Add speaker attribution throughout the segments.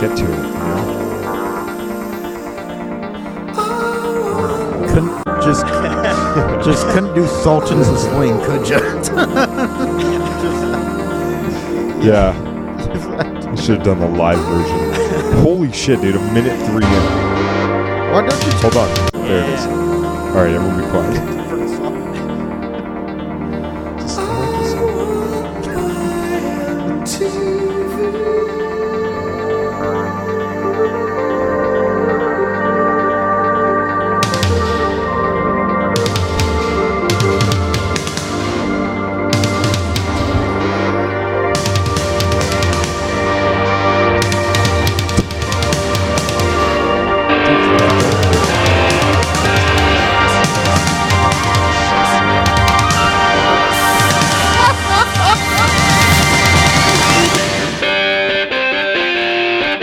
Speaker 1: get to it, you know? Couldn't
Speaker 2: Just, just couldn't do Sultans and Sling, could you?
Speaker 1: Yeah. I should have done the live version. Holy shit, dude. A minute three in.
Speaker 2: Why don't you?
Speaker 1: Hold on. There it is. All right, everyone be quiet. Just like this.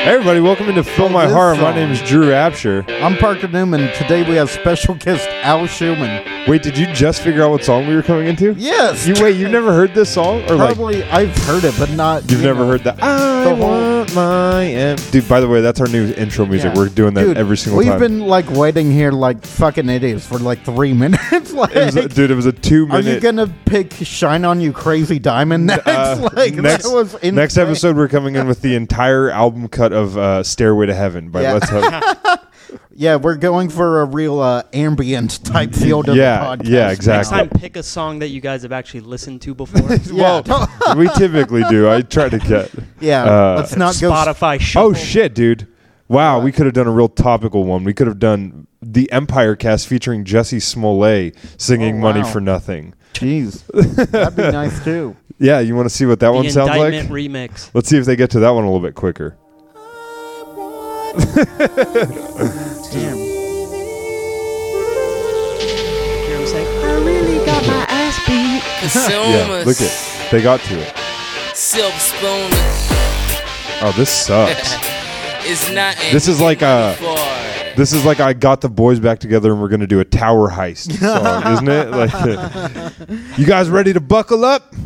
Speaker 1: Hey, everybody, welcome into Fill
Speaker 2: Oh,
Speaker 1: My
Speaker 2: this
Speaker 1: Heart. My
Speaker 2: song.
Speaker 1: name is Drew Apsher.
Speaker 2: I'm Parker Newman. Today we have special guest Al Schumann.
Speaker 1: Wait, did you just figure out what song we were coming into?
Speaker 2: Yes.
Speaker 1: You wait, you've never heard this song, or like
Speaker 2: Probably I've heard it, but not.
Speaker 1: you've
Speaker 2: you
Speaker 1: never
Speaker 2: know.
Speaker 1: heard that? I
Speaker 2: The whole-
Speaker 1: want my em-" dude. By the way, that's our new intro music.
Speaker 2: Yeah.
Speaker 1: We're doing that
Speaker 2: Dude,
Speaker 1: every single
Speaker 2: we've
Speaker 1: time.
Speaker 2: been like waiting here like fucking idiots for like three minutes. like,
Speaker 1: It was a- dude, it was a two
Speaker 2: are you
Speaker 1: minute. Uh,
Speaker 2: gonna pick "Shine on You Crazy Diamond" next? like
Speaker 1: next,
Speaker 2: that was insane.
Speaker 1: next episode, we're coming in with the entire album cut of uh, "Stairway to Heaven" by
Speaker 2: Yeah.
Speaker 1: Let's Hope.
Speaker 2: Yeah, we're going for a real uh, ambient type feel to
Speaker 1: Yeah,
Speaker 2: the podcast.
Speaker 1: yeah,
Speaker 2: now.
Speaker 1: exactly.
Speaker 3: Next time, pick a song that you guys have actually listened to before.
Speaker 2: Yeah,
Speaker 1: we typically do. I try to get.
Speaker 2: yeah.
Speaker 1: Uh,
Speaker 2: let's not go.
Speaker 3: Spotify shuffle.
Speaker 1: Oh shit, dude! Wow, we could have done a real topical one. We could have done the Empire cast featuring Jesse Smollett singing
Speaker 2: Oh,
Speaker 1: "Money
Speaker 2: wow.
Speaker 1: for Nothing."
Speaker 2: Jeez, that'd be nice too.
Speaker 1: Yeah, you want to see what that
Speaker 3: The
Speaker 1: one sounds like?
Speaker 3: indictment remix.
Speaker 1: Let's see if they get to that one a little bit quicker.
Speaker 2: Damn.
Speaker 3: You know what I'm saying?
Speaker 1: Yeah,
Speaker 4: Consumers,
Speaker 1: look it. They got to it.
Speaker 4: silver spooners
Speaker 1: Oh, this sucks.
Speaker 4: is not.
Speaker 1: This is like a-
Speaker 4: a.
Speaker 1: this is like I got the boys back together and we're gonna do a tower heist song, isn't it? Like, you guys ready to buckle up?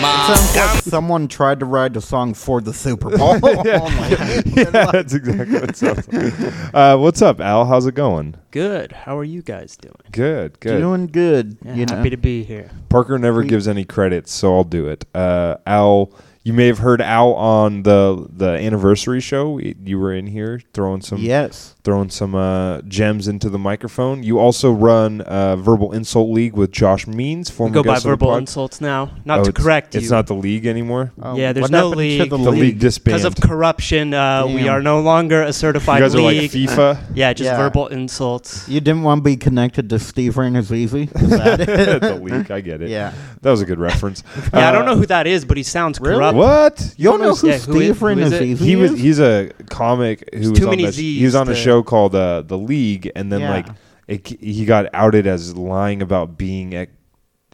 Speaker 4: Mom,
Speaker 2: Sounds like someone tried to write a song for the Super Bowl. Oh my
Speaker 1: yeah, that's exactly what it sounds like. Uh, what's up, Al? How's it going?
Speaker 3: Good. How are you guys doing?
Speaker 1: Good, good.
Speaker 2: Doing good,
Speaker 3: Yeah,
Speaker 2: you know.
Speaker 3: happy to be here.
Speaker 1: Parker never gives any credits, so I'll do it. Uh, Al, you may have heard Al on the the anniversary show. Y- You were in here throwing some
Speaker 2: yes.
Speaker 1: throwing some uh, gems into the microphone. You also run uh, Verbal Insult League with Josh Means,
Speaker 3: We
Speaker 1: former
Speaker 3: go by
Speaker 1: guest of the
Speaker 3: verbal
Speaker 1: pod.
Speaker 3: insults now. Not
Speaker 1: Oh,
Speaker 3: to
Speaker 1: it's-
Speaker 3: correct you.
Speaker 1: It's not the league anymore.
Speaker 2: Oh,
Speaker 3: Yeah, there's
Speaker 2: what
Speaker 3: no
Speaker 2: happened to
Speaker 3: league.
Speaker 2: the
Speaker 1: the league disbanded.
Speaker 3: because of corruption. Uh, we
Speaker 2: Damn.
Speaker 3: are no longer a
Speaker 1: you
Speaker 3: certified
Speaker 1: guys are like
Speaker 3: league.
Speaker 1: FIFA.
Speaker 3: yeah, just
Speaker 2: Yeah.
Speaker 3: verbal insults.
Speaker 2: You didn't want to be connected to Steve Renazizi? Is that it?
Speaker 1: the league, I get it.
Speaker 2: yeah.
Speaker 1: That was a good reference.
Speaker 3: Yeah, I
Speaker 1: Uh,
Speaker 3: don't know who that is, but he sounds
Speaker 2: Really?
Speaker 3: corrupt.
Speaker 1: What?
Speaker 2: You don't know who
Speaker 3: Yeah, who
Speaker 2: Steve
Speaker 3: is- who is it?
Speaker 2: Renazizi
Speaker 1: he was
Speaker 2: is?
Speaker 1: he's a comic who was
Speaker 3: too
Speaker 1: on
Speaker 3: many
Speaker 1: that, he was
Speaker 3: Zs
Speaker 1: on a
Speaker 3: to-
Speaker 1: show called uh, the league and then
Speaker 2: Yeah.
Speaker 1: like it, he got outed as lying about being at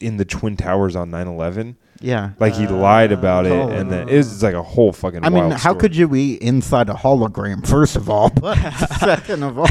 Speaker 1: in the twin towers on 9-11
Speaker 2: yeah.
Speaker 1: like he lied about it
Speaker 2: oh.
Speaker 1: and then it was like a whole fucking
Speaker 2: I mean,
Speaker 1: wild
Speaker 2: how
Speaker 1: story.
Speaker 2: could you be inside a hologram, first of all? But second of all,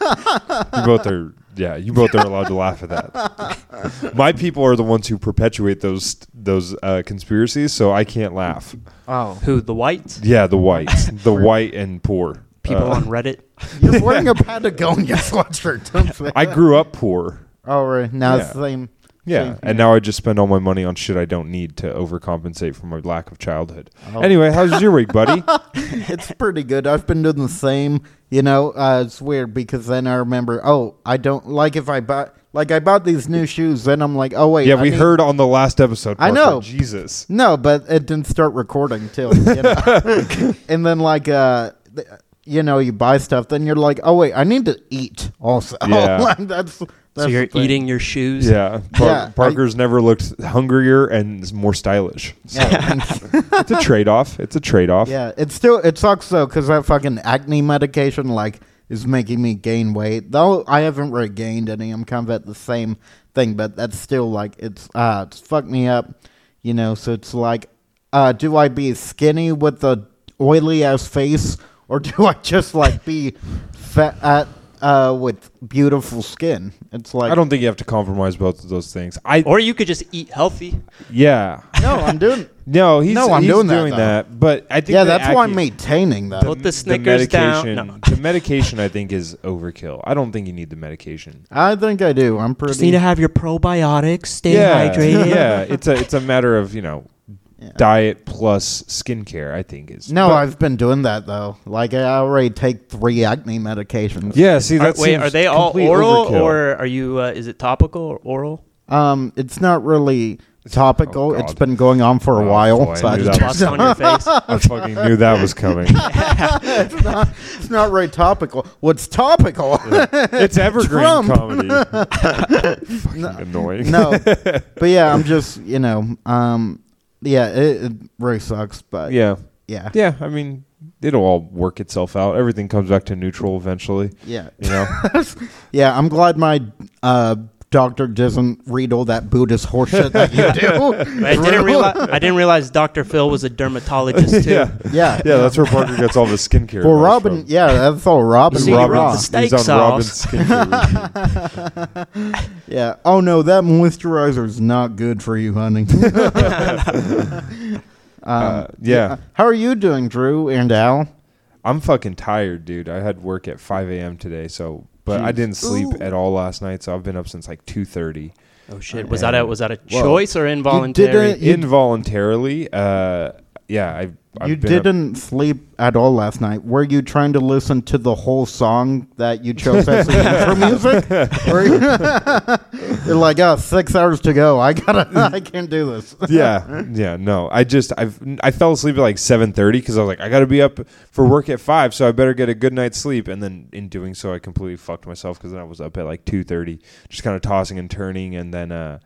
Speaker 1: you both are yeah you both are allowed to laugh at that my people are the ones who perpetuate those those uh, conspiracies so i can't laugh
Speaker 2: oh.
Speaker 3: Who? The whites?
Speaker 1: yeah the whites the white and poor
Speaker 3: People
Speaker 1: Uh,
Speaker 3: on Reddit?
Speaker 2: You're wearing a Patagonia sweatshirt, don't say
Speaker 1: i grew up poor
Speaker 2: Oh, right. Now
Speaker 1: Yeah.
Speaker 2: it's the same.
Speaker 1: Yeah,
Speaker 2: same
Speaker 1: and
Speaker 2: here.
Speaker 1: now I just spend all my money on shit I don't need to overcompensate for my lack of childhood.
Speaker 2: Oh.
Speaker 1: Anyway, how's your week, buddy?
Speaker 2: it's pretty good. I've been doing the same. You know, uh, it's weird because then I remember, oh, I don't like if I bought, like I bought these new shoes, then I'm like, oh, wait.
Speaker 1: yeah,
Speaker 2: I
Speaker 1: we
Speaker 2: need-
Speaker 1: heard on the last episode.
Speaker 2: I
Speaker 1: Parker,
Speaker 2: know.
Speaker 1: Jesus.
Speaker 2: No, but it didn't start recording till. You know? and then like uh, th- you know, you buy stuff, then you're like, oh wait, I need to eat also.
Speaker 1: Yeah.
Speaker 2: Like, that's, that's
Speaker 3: So you're
Speaker 2: the thing.
Speaker 3: eating your shoes?
Speaker 1: Yeah, Par-
Speaker 2: Yeah, I-
Speaker 1: Parker's never looked hungrier and is more stylish. So
Speaker 2: Yeah,
Speaker 1: it's a trade off. It's a trade off.
Speaker 2: yeah, it's still it sucks though because that fucking acne medication like is making me gain weight. Though I haven't really gained any. I'm kind of at the same thing, but that's still like it's uh it's fucked me up. You know, so it's like, uh, do I be skinny with a oily ass face, or do I just like be fat? Uh, uh, with beautiful skin. It's like
Speaker 1: I don't think you have to compromise both of those things. I
Speaker 3: Or you could just eat healthy.
Speaker 1: yeah.
Speaker 2: No, I'm doing.
Speaker 1: No, he's,
Speaker 2: No, I'm
Speaker 1: he's
Speaker 2: doing
Speaker 1: doing,
Speaker 2: that,
Speaker 1: that,
Speaker 2: though.
Speaker 1: But I think
Speaker 2: yeah,
Speaker 1: the
Speaker 2: that's why
Speaker 1: acu-
Speaker 2: I'm maintaining that.
Speaker 3: Put the Snickers down.
Speaker 1: medication,
Speaker 3: No.
Speaker 1: The medication I think is overkill. I don't think you need the medication.
Speaker 2: I think I do. I'm pretty.
Speaker 3: Just need to have your probiotics, stay
Speaker 1: yeah,
Speaker 3: hydrated.
Speaker 1: yeah. It's a it's a matter of you know
Speaker 2: Yeah.
Speaker 1: diet plus skincare. I think is
Speaker 2: no,
Speaker 1: But-
Speaker 2: I've been doing that though. Like I already take three acne medications.
Speaker 1: yeah. See,
Speaker 3: Are,
Speaker 1: that
Speaker 3: wait,
Speaker 1: seems
Speaker 3: are they all
Speaker 1: complete
Speaker 3: oral
Speaker 1: overkill.
Speaker 3: or are you? Uh, is it topical or oral?
Speaker 2: Um, it's not really topical.
Speaker 1: Oh,
Speaker 2: it's
Speaker 1: God.
Speaker 2: been going on for a
Speaker 1: Oh,
Speaker 2: while.
Speaker 1: boy,
Speaker 2: so
Speaker 1: I
Speaker 2: I
Speaker 1: knew
Speaker 2: just-
Speaker 1: that
Speaker 3: Plus on your face.
Speaker 1: I fucking knew that was coming.
Speaker 2: it's not really topical. What's topical?
Speaker 1: It's evergreen
Speaker 2: Trump.
Speaker 1: comedy. fucking annoying.
Speaker 2: no, but yeah, I'm just you know, um, yeah, it, it really sucks, but
Speaker 1: Yeah.
Speaker 2: yeah,
Speaker 1: Yeah. I mean, it'll all work itself out. Everything comes back to neutral eventually.
Speaker 2: yeah,
Speaker 1: You know.
Speaker 2: Yeah, I'm glad my uh, doctor doesn't read all that Buddhist horseshit that you do.
Speaker 3: I didn't realize. I didn't realize Dr. Phil was a dermatologist too.
Speaker 1: yeah.
Speaker 2: Yeah.
Speaker 1: Yeah, that's where Parker gets all of his skincare.
Speaker 2: Well,
Speaker 1: advice
Speaker 2: Robin,
Speaker 1: from.
Speaker 2: yeah, that's all Robin.
Speaker 3: See, he
Speaker 2: Robin
Speaker 3: wrote the
Speaker 1: Robin's- he's
Speaker 3: steak
Speaker 1: on Robin's
Speaker 3: sauce.
Speaker 1: skincare. routine.
Speaker 2: yeah. Oh no, that moisturizer is not good for you, honey.
Speaker 1: uh, yeah,
Speaker 2: How are you doing, Drew and Al?
Speaker 1: I'm fucking tired, dude. I had work at 5 a.m. today, so but I didn't sleep at all last night, so I've been up since like 2:30
Speaker 3: Oh shit! Was that a was that a
Speaker 1: Whoa.
Speaker 3: choice or
Speaker 2: didn't-
Speaker 3: involuntary?
Speaker 2: You-
Speaker 1: involuntarily. Uh, yeah, I. I've
Speaker 2: you
Speaker 1: been up-
Speaker 2: didn't sleep at all last night. Were you trying to listen to the whole song that you chose as the intro music? Or you're like, oh, six hours to go. I gotta. I can't do this.
Speaker 1: yeah, yeah, no. I just I've I fell asleep at like 7:30 because I was like I got to be up for work at five, so I better get a good night's sleep. And then in doing so, I completely fucked myself because then I was up at like 2:30, just kind of tossing and turning, and then uh,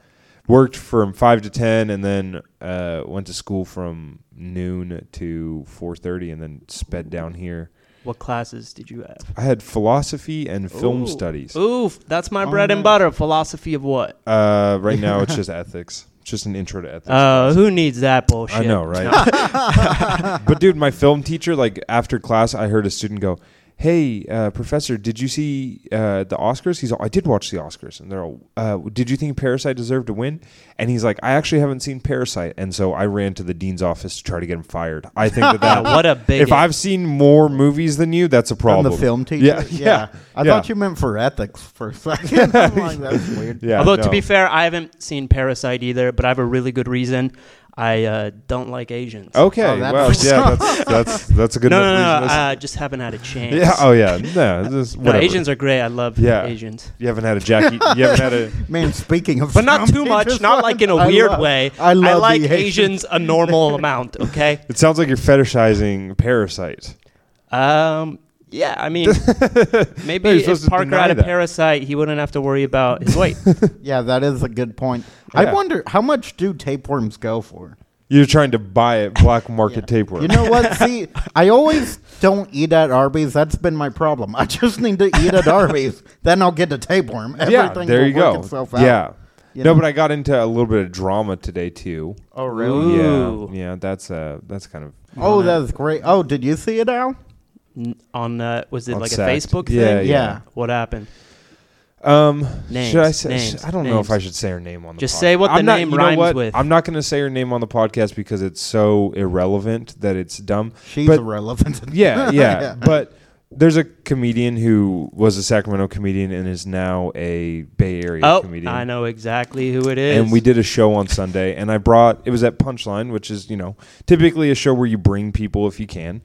Speaker 1: worked from five to ten, and then uh, went to school from noon to 4:30, and then sped down here.
Speaker 3: What classes did you have?
Speaker 1: I had philosophy and film
Speaker 3: Ooh.
Speaker 1: studies.
Speaker 3: Ooh, that's my
Speaker 2: Oh,
Speaker 3: bread
Speaker 2: nice.
Speaker 3: and butter. Philosophy of what?
Speaker 1: Uh, right now, it's just ethics, just an intro to ethics.
Speaker 3: Uh,
Speaker 1: class.
Speaker 3: who needs that bullshit?
Speaker 1: I know, right? but dude, my film teacher, like after class, I heard a student go, "Hey, uh, professor, did you see uh, the Oscars?" He's all, "I did watch the Oscars," and they're all, uh, "Did you think Parasite deserved to win?" And he's like, "I actually haven't seen Parasite," and so I ran to the dean's office to try to get him fired. I think that, that
Speaker 3: Yeah, what a bigot.
Speaker 1: If I've seen more movies than you, that's a problem.
Speaker 2: From the film teacher?
Speaker 1: Yeah, yeah.
Speaker 2: I
Speaker 1: yeah.
Speaker 2: thought you meant for ethics for a second. I'm like, that's weird.
Speaker 1: Yeah,
Speaker 3: Although to
Speaker 1: no.
Speaker 3: be fair, I haven't seen Parasite either, but I have a really good reason. I uh, don't like Asians.
Speaker 1: Okay.
Speaker 2: Oh, that
Speaker 1: well,
Speaker 2: makes
Speaker 1: yeah, that's, that's that's a good
Speaker 3: no, no,
Speaker 1: enough
Speaker 3: no, no.
Speaker 1: reason.
Speaker 3: I just haven't had a chance.
Speaker 1: yeah. Oh, yeah. No. Just,
Speaker 3: no,
Speaker 1: whatever.
Speaker 3: Asians are great. I love
Speaker 1: Yeah.
Speaker 3: Asians.
Speaker 1: You haven't had a Jackie. You haven't had a.
Speaker 2: Man, speaking of,
Speaker 3: But not
Speaker 2: film
Speaker 3: too much,
Speaker 2: teachers,
Speaker 3: not like in a
Speaker 2: I
Speaker 3: weird
Speaker 2: love-
Speaker 3: way.
Speaker 2: I love the
Speaker 3: like
Speaker 2: Asian-
Speaker 3: Asians a normal amount, okay?
Speaker 1: It sounds like you're fetishizing Parasite.
Speaker 3: Um, yeah, I mean, maybe
Speaker 1: No, you're supposed
Speaker 3: if
Speaker 1: to
Speaker 3: Parker
Speaker 1: deny
Speaker 3: had a
Speaker 1: that.
Speaker 3: parasite, he wouldn't have to worry about his weight.
Speaker 2: Yeah, that is a good point. I
Speaker 1: Yeah.
Speaker 2: wonder how much do tapeworms go for?
Speaker 1: You're trying to buy it black market tapeworm.
Speaker 2: You know what? See, I always don't eat at Arby's. That's been my problem. I just need to eat at Arby's, then I'll get a tapeworm.
Speaker 1: yeah,
Speaker 2: Everything
Speaker 1: there
Speaker 2: will
Speaker 1: you
Speaker 2: work
Speaker 1: go.
Speaker 2: itself out.
Speaker 1: Yeah.
Speaker 2: You
Speaker 1: No,
Speaker 2: know?
Speaker 1: but I got into a little bit of drama today too.
Speaker 2: Oh
Speaker 3: really? Ooh.
Speaker 1: Yeah, yeah. That's uh, that's kind of
Speaker 2: Oh, that's great. Oh, did you see it, Al?
Speaker 3: N- On uh, was it
Speaker 1: On
Speaker 3: like
Speaker 1: Sacked.
Speaker 3: a Facebook
Speaker 1: Yeah,
Speaker 3: thing?
Speaker 2: yeah.
Speaker 3: What happened?
Speaker 1: Um,
Speaker 3: Names,
Speaker 1: should I say?
Speaker 3: names,
Speaker 1: sh- I don't know if
Speaker 3: names.
Speaker 1: I should say her name on the.
Speaker 3: Just
Speaker 1: podcast.
Speaker 3: say what the
Speaker 1: I'm not,
Speaker 3: name
Speaker 1: you know
Speaker 3: rhymes
Speaker 1: what?
Speaker 3: with.
Speaker 1: I'm not going to say her name on the podcast because it's so irrelevant that it's dumb.
Speaker 2: She's
Speaker 1: But-
Speaker 2: irrelevant.
Speaker 1: yeah, yeah, But there's a comedian who was a Sacramento comedian and is now a Bay Area
Speaker 3: Oh,
Speaker 1: comedian.
Speaker 3: I know exactly who it is.
Speaker 1: And we did a show on Sunday, and I brought it was at Punchline, which is you know typically a show where you bring people if you can.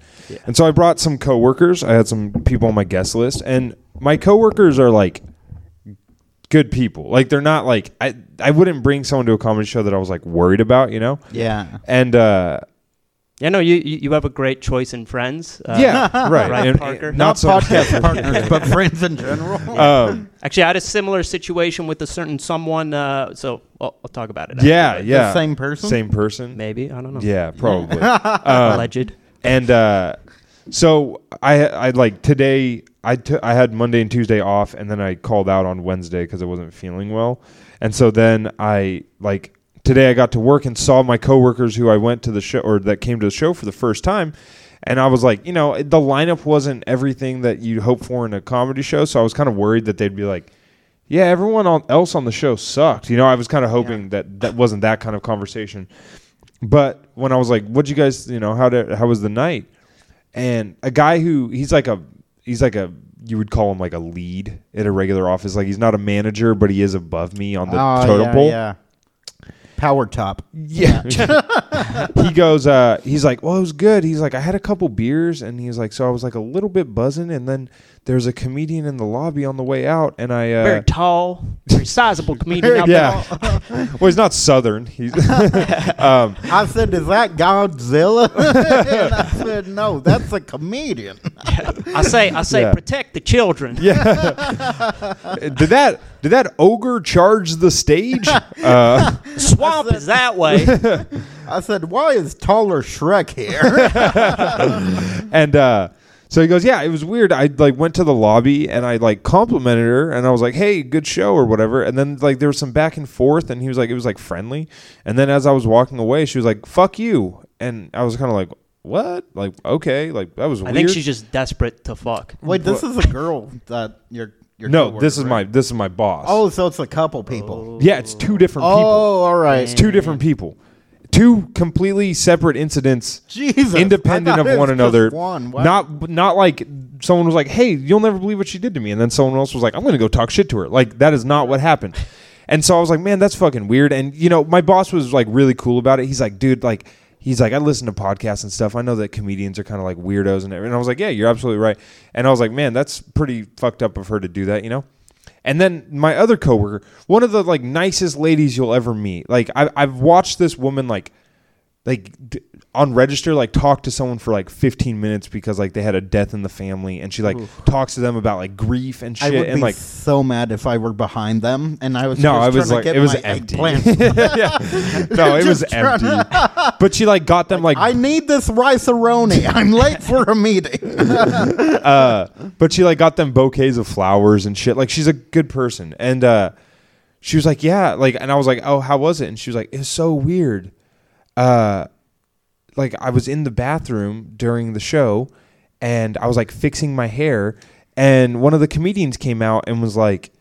Speaker 1: And so I brought some coworkers. I had some people on my guest list, and my coworkers are like good people. Like they're not like I I wouldn't bring someone to a comedy show that I was like worried about, you know.
Speaker 2: yeah.
Speaker 1: And uh,
Speaker 3: Yeah, no, you you you have a great choice in friends. Uh,
Speaker 1: yeah, right,
Speaker 3: Right,
Speaker 1: And- and
Speaker 3: Parker.
Speaker 1: not so
Speaker 2: podcast partners, but friends in general.
Speaker 1: um,
Speaker 3: Actually, I had a similar situation with a certain someone. Uh, so well, I'll talk about it. after,
Speaker 1: yeah,
Speaker 3: but
Speaker 1: yeah,
Speaker 2: The same person?
Speaker 1: same person,
Speaker 3: Maybe I don't know.
Speaker 1: yeah, Um, probably.
Speaker 3: Alleged.
Speaker 1: and uh, so I I like today I took I had Monday and Tuesday off, and then I called out on Wednesday because I wasn't feeling well, and so then I like today I got to work and saw my coworkers who I went to the show or that came to the show for the first time. And I was like, you know, the lineup wasn't everything that you'd hope for in a comedy show. So I was kind of worried that they'd be like, yeah, everyone on, else on the show sucked. You know, I was kind of hoping that that wasn't that kind of conversation. But when I was like, "What'd you guys, you know, how did how was the night?" And a guy who he's like a he's like a you would call him like a lead at a regular office. Like he's not a manager, but he is above me on the
Speaker 2: Oh,
Speaker 1: totem
Speaker 2: yeah,
Speaker 1: pole.
Speaker 2: yeah. Power top.
Speaker 1: Yeah. he goes, uh, he's like, well, it was good. He's like, I had a couple beers and he's like, so I was like a little bit buzzing. And then there's a comedian in the lobby on the way out. And I, uh,
Speaker 3: very tall, very sizable comedian. out
Speaker 1: yeah. well, he's not Southern. He's, um,
Speaker 2: I said, "Is that Godzilla?" and I said, "No, that's a comedian."
Speaker 3: there. I say, I say,
Speaker 1: Yeah.
Speaker 3: protect the children.
Speaker 1: did that, did that ogre charge the stage? uh,
Speaker 3: Swamp is that way.
Speaker 2: I said, "Why is taller Shrek here?"
Speaker 1: and uh, so he goes, yeah, it was weird. I like went to the lobby and I like complimented her and I was like, hey, good show or whatever. And then like there was some back and forth and he was like, it was like friendly. And then as I was walking away, she was like, fuck you. And I was kind of like, what? Like okay, like that was
Speaker 3: I
Speaker 1: weird.
Speaker 3: think she's just desperate to fuck.
Speaker 2: Wait, this is a girl that you're. Your
Speaker 1: no.
Speaker 2: coworker,
Speaker 1: This is my
Speaker 2: right?
Speaker 1: this is my boss.
Speaker 2: Oh, so it's a couple people.
Speaker 1: yeah, it's two different
Speaker 2: Oh,
Speaker 1: people.
Speaker 2: all right.
Speaker 1: It's
Speaker 3: Oh,
Speaker 1: two different people. Two completely separate incidents.
Speaker 2: Jesus, I
Speaker 1: independent
Speaker 2: thought it
Speaker 1: of
Speaker 2: was
Speaker 1: one
Speaker 2: just
Speaker 1: another.
Speaker 2: One. Wow.
Speaker 1: Not not like someone was like, "Hey, you'll never believe what she did to me," and then someone else was like, "I'm going to go talk shit to her." Like that is not what happened. And so I was like, "Man, that's fucking weird." And you know, my boss was like really cool about it. He's like, "Dude, like." He's like, I listen to podcasts and stuff. I know that comedians are kind of like weirdos and everything. And I was like, yeah, you're absolutely right. And I was like, man, that's pretty fucked up of her to do that, you know? And then my other coworker, one of the like nicest ladies you'll ever meet. Like I, I've watched this woman like like d- on register like talk to someone for like 15 minutes because like they had a death in the family and she like talks to them about like grief and
Speaker 2: I
Speaker 1: shit
Speaker 2: would
Speaker 1: and
Speaker 2: be
Speaker 1: like
Speaker 2: so mad if I were behind them and I was.
Speaker 1: no
Speaker 2: just
Speaker 1: i was
Speaker 2: trying
Speaker 1: like
Speaker 2: to get
Speaker 1: it was
Speaker 2: my
Speaker 1: empty
Speaker 2: eggplant.
Speaker 1: yeah. no it was
Speaker 2: Just trying
Speaker 1: empty but she like got them like,
Speaker 2: I need this riceroni. I'm late for a meeting.
Speaker 1: uh but she like got them bouquets of flowers and shit like she's a good person and uh she was like yeah like and i was like oh how was it and she was like it's so weird uh like I was in the bathroom during the show and I was like fixing my hair and one of the comedians came out and was like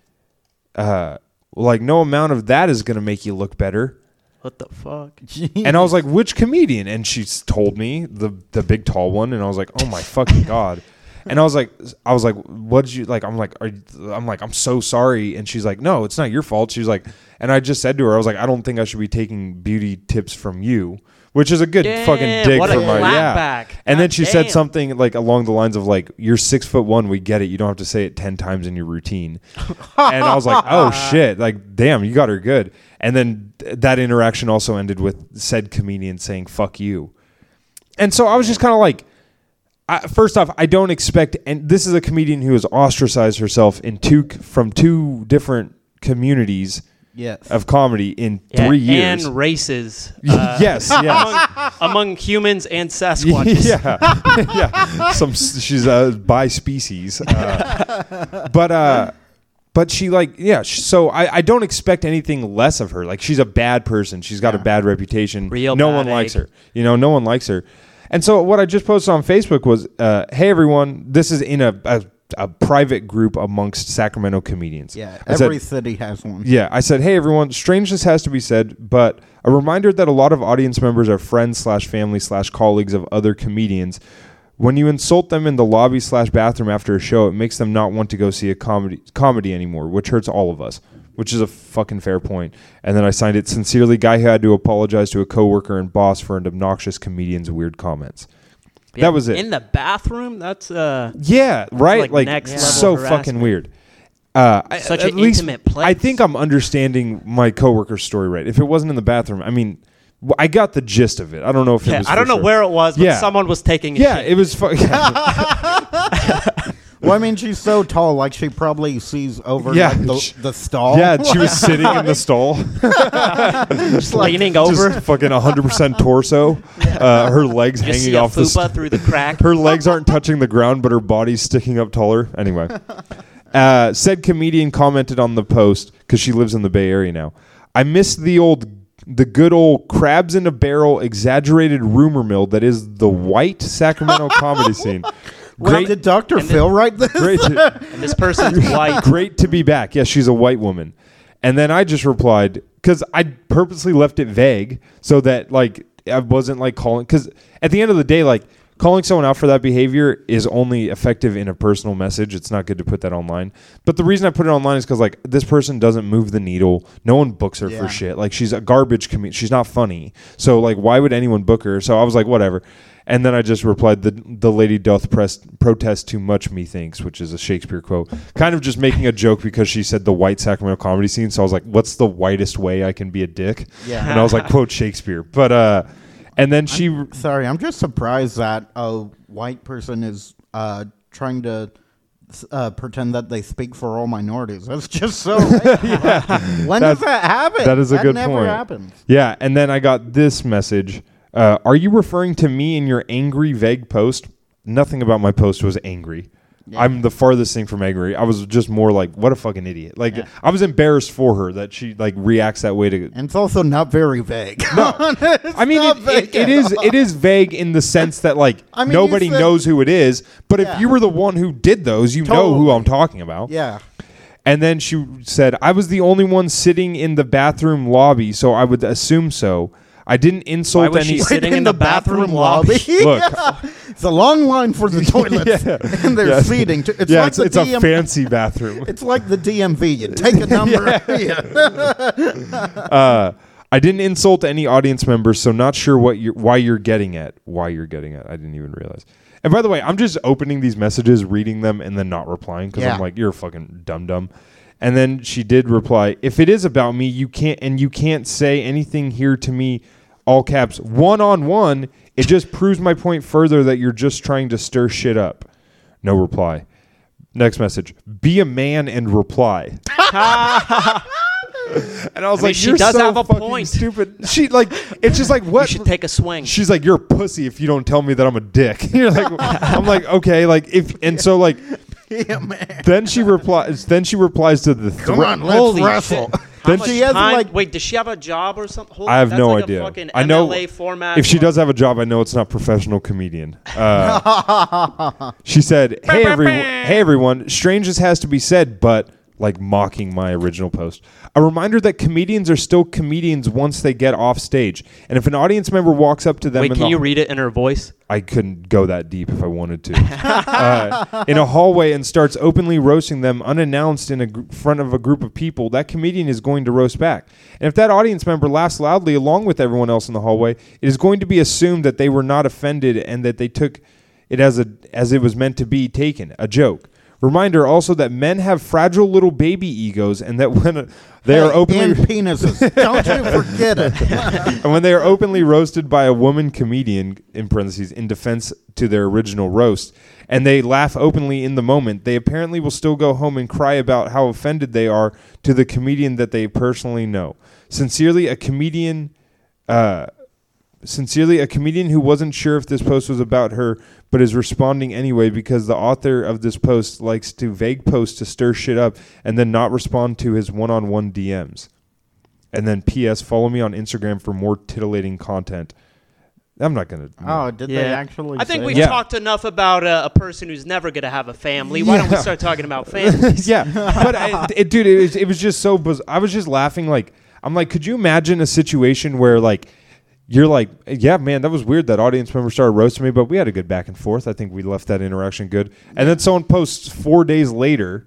Speaker 1: uh like no amount of that is going to make you look better.
Speaker 3: What the fuck?
Speaker 1: And I was like which comedian and she s- told me the the big tall one and I was like oh my fucking god. And I was like I was like what did you like I'm like are, you- I'm like I'm so sorry and she's like no it's not your fault. She's like and I just said to her I was like I don't think I should be taking beauty tips from you. Which is a good fucking
Speaker 3: Damn,
Speaker 1: dig
Speaker 3: what a
Speaker 1: for my yeah.
Speaker 3: clapback.
Speaker 1: And then
Speaker 3: God
Speaker 1: she said
Speaker 3: damn.
Speaker 1: something like along the lines of like, "You're six foot one. We get it. You don't have to say it ten times in your routine." and I was like, "Oh shit! Like, damn, you got her good." And then th- that interaction also ended with said comedian saying "fuck you," and so I was just kind of like. I, first off, I don't expect, and this is a comedian who has ostracized herself in two from two different communities
Speaker 2: yes.
Speaker 1: of comedy in
Speaker 3: Yeah,
Speaker 1: three years.
Speaker 3: and races. uh,
Speaker 1: yes, yes.
Speaker 3: among, among humans and Sasquatches.
Speaker 1: Yeah, yeah. Some she's uh, by species, uh, but uh, but she like yeah. sh so I, I don't expect anything less of her. Like she's a bad person. She's got a bad reputation.
Speaker 3: Real
Speaker 1: no
Speaker 3: bad
Speaker 1: one likes
Speaker 3: egg.
Speaker 1: her. You know, no one likes her. And so what I just posted on Facebook was, uh, hey everyone, this is in a, a a private group amongst Sacramento comedians.
Speaker 2: yeah.
Speaker 1: I said-
Speaker 2: Every city has one.
Speaker 1: yeah, I said, hey everyone, strangeness has to be said, but a reminder that a lot of audience members are friends slash family slash colleagues of other comedians. When you insult them in the lobby slash bathroom after a show, it makes them not want to go see a comedy comedy anymore, which hurts all of us. Which is a fucking fair point. And then I signed it sincerely, guy who had to apologize to a coworker and boss for an obnoxious comedian's weird comments. That was it.
Speaker 3: In the bathroom? That's uh
Speaker 1: Yeah, right. Like,
Speaker 3: like next level
Speaker 1: so
Speaker 3: harassment.
Speaker 1: fucking weird. Uh, I-
Speaker 3: Such
Speaker 1: at
Speaker 3: an
Speaker 1: least
Speaker 3: intimate place.
Speaker 1: I think I'm understanding my coworker's story right. If it wasn't in the bathroom, I mean, w- I got the gist of it. I don't know if it
Speaker 3: yeah,
Speaker 1: was.
Speaker 3: I
Speaker 1: for
Speaker 3: don't know
Speaker 1: sure.
Speaker 3: where it was, but
Speaker 1: Yeah.
Speaker 3: someone was taking a
Speaker 1: Yeah,
Speaker 3: shit.
Speaker 1: it was. Fu- yeah,
Speaker 2: Well, I mean, she's so tall, like she probably sees over
Speaker 1: Yeah.
Speaker 2: like, the, the stall.
Speaker 1: she was sitting in the stall,
Speaker 3: just leaning over,
Speaker 1: just fucking 100 percent torso. Uh, her legs
Speaker 3: you see
Speaker 1: hanging
Speaker 3: a
Speaker 1: off the.
Speaker 3: fupa
Speaker 1: St-
Speaker 3: through the crack.
Speaker 1: her legs aren't touching the ground, but her body's sticking up taller. Anyway, uh, said comedian commented on the post because she lives in the Bay Area now. I miss the old the good old crabs in a barrel exaggerated rumor mill that is the white Sacramento comedy scene.
Speaker 2: Wait, did Dr.
Speaker 3: And
Speaker 2: Phil write this?
Speaker 1: great, to,
Speaker 3: And this person's white.
Speaker 1: great to be back. Yes, she's a white woman. And then I just replied because I purposely left it vague so that like I wasn't like calling because at the end of the day, like calling someone out for that behavior is only effective in a personal message. It's not good to put that online. But the reason I put it online is because like this person doesn't move the needle. No one books her
Speaker 2: Yeah.
Speaker 1: for shit. Like she's a garbage comedian. She's not funny. So like why would anyone book her? So I was like whatever. And then I just replied, "The the lady doth press, protest too much, methinks," which is a Shakespeare quote, kind of just making a joke because she said the white Sacramento comedy scene. So I was like, "What's the whitest way I can be a dick?"
Speaker 2: Yeah.
Speaker 1: and I was like, "Quote Shakespeare." But uh, and then she
Speaker 2: Sorry, I'm just surprised that a white person is uh, trying to uh, pretend that they speak for all minorities. That's just so. racist. when
Speaker 1: That's-
Speaker 2: does that happen?
Speaker 1: that is a good
Speaker 2: never
Speaker 1: point.
Speaker 2: happens.
Speaker 1: Yeah, and then I got this message. Uh, are you referring to me in your angry, vague post? Nothing about my post was angry. I'm the farthest thing from angry. I was just more like, what a fucking idiot. Like I was embarrassed for her that she like reacts that way to.
Speaker 2: And it's also not very vague.
Speaker 1: I mean,
Speaker 2: not
Speaker 1: it-
Speaker 2: vague
Speaker 1: it- it
Speaker 2: at
Speaker 1: is it is vague in the sense that like
Speaker 2: I mean, you
Speaker 1: nobody
Speaker 2: said-
Speaker 1: knows who it is. But
Speaker 2: Yeah.
Speaker 1: if you were the one who did those, you know who I'm talking about.
Speaker 2: yeah.
Speaker 1: And then she said, I was the only one sitting in the bathroom lobby, so I would assume so. I didn't insult
Speaker 3: Why was
Speaker 1: any.
Speaker 3: she sitting in the bathroom lobby?
Speaker 1: Look.
Speaker 2: Yeah. it's a long line for the toilets, and they're
Speaker 1: Yes.
Speaker 2: seating. To, it's
Speaker 1: yeah,
Speaker 2: like
Speaker 1: it's,
Speaker 2: the
Speaker 1: it's
Speaker 2: DM,
Speaker 1: a fancy bathroom.
Speaker 2: It's like the DMV. You take a number. yeah.
Speaker 1: Uh, I didn't insult any audience members, so not sure what you're, why you're getting at. Why you're getting at? I didn't even realize. And by the way, I'm just opening these messages, reading them, and then not replying because
Speaker 2: Yeah.
Speaker 1: I'm like, you're a fucking dum dum. And then she did reply, if it is about me, you can't and you can't say anything here to me, all caps, one on one. It just proves my point further that you're just trying to stir shit up. No reply. Next message: Be a man and reply. and I was
Speaker 3: I mean,
Speaker 1: like,
Speaker 3: she
Speaker 1: "You're
Speaker 3: does
Speaker 1: so
Speaker 3: have a
Speaker 1: fucking
Speaker 3: point."
Speaker 1: stupid." She like, it's just like
Speaker 3: You
Speaker 1: what?
Speaker 3: should take a swing.
Speaker 1: She's like, "You're a pussy if you don't tell me that I'm a dick." You're like, I'm like, okay, like if and so like. Then she replies. Then she replies to the.
Speaker 2: Come
Speaker 1: threat-
Speaker 2: on, let's
Speaker 3: Holy
Speaker 2: wrestle.
Speaker 3: shit.
Speaker 1: Then
Speaker 3: How much
Speaker 2: she has,
Speaker 3: time-
Speaker 2: like-
Speaker 3: Wait, does she have a job or something? Hold
Speaker 1: I have
Speaker 3: that's
Speaker 1: no
Speaker 3: like A
Speaker 1: idea.
Speaker 3: fucking
Speaker 1: I know
Speaker 3: MLA format.
Speaker 1: if she does have a job, I know it's not professional comedian. Uh, she said, "Hey everyone, hey everyone, strange as has to be said, but like mocking my original post. A reminder that comedians are still comedians once they get off stage, and if an audience member walks up to them,
Speaker 3: Wait,
Speaker 1: in
Speaker 3: can
Speaker 1: the-
Speaker 3: you read it in her voice?
Speaker 1: I couldn't go that deep if I wanted to. uh, in a hallway and starts openly roasting them unannounced in a gr- front of a group of people, that comedian is going to roast back. And if that audience member laughs loudly along with everyone else in the hallway, it is going to be assumed that they were not offended and that they took it as a as it was meant to be taken, a joke. Reminder also that men have fragile little baby egos and that when uh, they are openly
Speaker 2: and penises. Don't you forget it.
Speaker 1: and when they are openly roasted by a woman comedian in parentheses in defense to their original roast and they laugh openly in the moment they apparently will still go home and cry about how offended they are to the comedian that they personally know sincerely a comedian uh, Sincerely, a comedian who wasn't sure if this post was about her, but is responding anyway because the author of this post likes to vague post to stir shit up and then not respond to his one on one DMs. And then P.S. Follow me on Instagram for more titillating content. I'm not gonna.
Speaker 2: Oh, did they actually?
Speaker 3: I think
Speaker 2: say
Speaker 3: we've
Speaker 1: Yeah.
Speaker 3: talked enough about uh, a person who's never going to have a family. Why don't we
Speaker 1: Yeah.
Speaker 3: start talking about family?
Speaker 1: yeah, but I, it, dude, it was, it was just so. Biz- I was just laughing. Like, I'm like, could you imagine a situation where like you're like, yeah, man, that was weird. That audience member started roasting me, but we had a good back and forth. I think we left that interaction good. And then someone posts four days later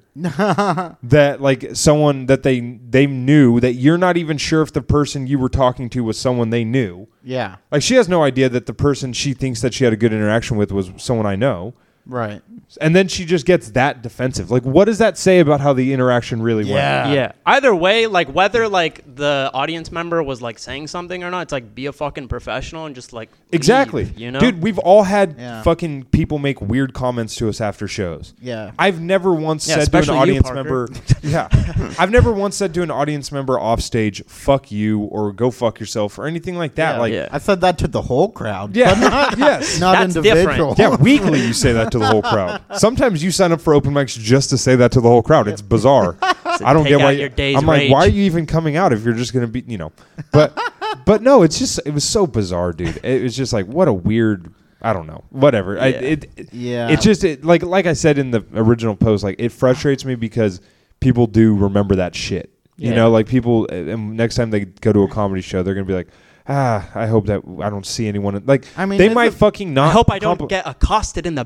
Speaker 1: that like someone that they they knew that you're not even sure if the person you were talking to was someone they knew.
Speaker 2: Yeah.
Speaker 1: Like she has no idea that the person she thinks that she had a good interaction with was someone I know.
Speaker 2: Right.
Speaker 1: And then she just gets that defensive. Like, what does that say about how the interaction really went?
Speaker 3: yeah. Either way, like whether like the audience member was like saying something or not, it's like be a fucking professional and just like leave,
Speaker 1: Exactly.
Speaker 3: you know,
Speaker 1: Dude, we've all had
Speaker 2: Yeah.
Speaker 1: fucking people make weird comments to us after shows.
Speaker 2: Yeah.
Speaker 1: I've never once
Speaker 3: Yeah,
Speaker 1: said to
Speaker 3: especially
Speaker 1: an
Speaker 3: you,
Speaker 1: audience
Speaker 3: Parker.
Speaker 1: member Yeah. I've never once said to an audience member off stage, fuck you or go fuck yourself or anything like that.
Speaker 2: Yeah.
Speaker 1: like
Speaker 3: Yeah.
Speaker 2: I said that to the whole crowd.
Speaker 1: Yeah.
Speaker 2: But not,
Speaker 1: Yes.
Speaker 2: Not
Speaker 3: That's
Speaker 2: individual.
Speaker 3: different.
Speaker 1: Yeah, weekly you say that to the whole crowd. Sometimes you sign up for open mics just to say that to the whole crowd. It's bizarre. I don't
Speaker 3: take
Speaker 1: get why.
Speaker 3: out your day's
Speaker 1: I'm like, why are
Speaker 3: rage.
Speaker 1: you even coming out if you're just going to be, you know? But but no, it's just it was so bizarre, dude. It was just like what a weird. I don't know. Whatever. I,
Speaker 3: Yeah.
Speaker 1: it, it
Speaker 2: Yeah.
Speaker 1: It just it, like like I said in the original post, like it frustrates me because people do remember that shit. You
Speaker 3: Yeah.
Speaker 1: know, like people. eh, And next time they go to a comedy show, they're gonna be like. Ah, I hope that I don't see anyone like.
Speaker 2: I mean,
Speaker 1: they
Speaker 2: it's
Speaker 1: might
Speaker 2: a-
Speaker 1: fucking not.
Speaker 3: I hope I don't
Speaker 1: compli-
Speaker 3: get accosted in the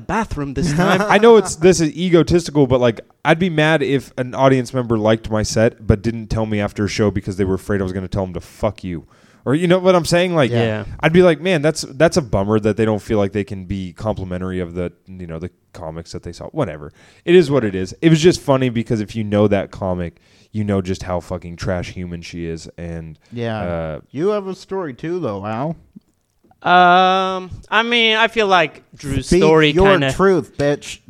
Speaker 3: bathroom this time.
Speaker 1: I know it's this is egotistical, but like I'd be mad if an audience member liked my set but didn't tell me after a show because they were afraid I was going to tell them to fuck you, or you know what I'm saying? Like,
Speaker 3: Yeah. Yeah.
Speaker 1: I'd be like, man, that's that's a bummer that they don't feel like they can be complimentary of the you know the comics that they saw. Whatever, it is what it is. It was just funny because if you know that comic, you know just how fucking trash human she is, and
Speaker 2: Yeah.
Speaker 1: uh,
Speaker 2: you have a story too, though, Al.
Speaker 3: Um, I mean, I feel like Drew's
Speaker 2: Speak
Speaker 3: story
Speaker 2: your
Speaker 3: kind of.
Speaker 2: truth, bitch.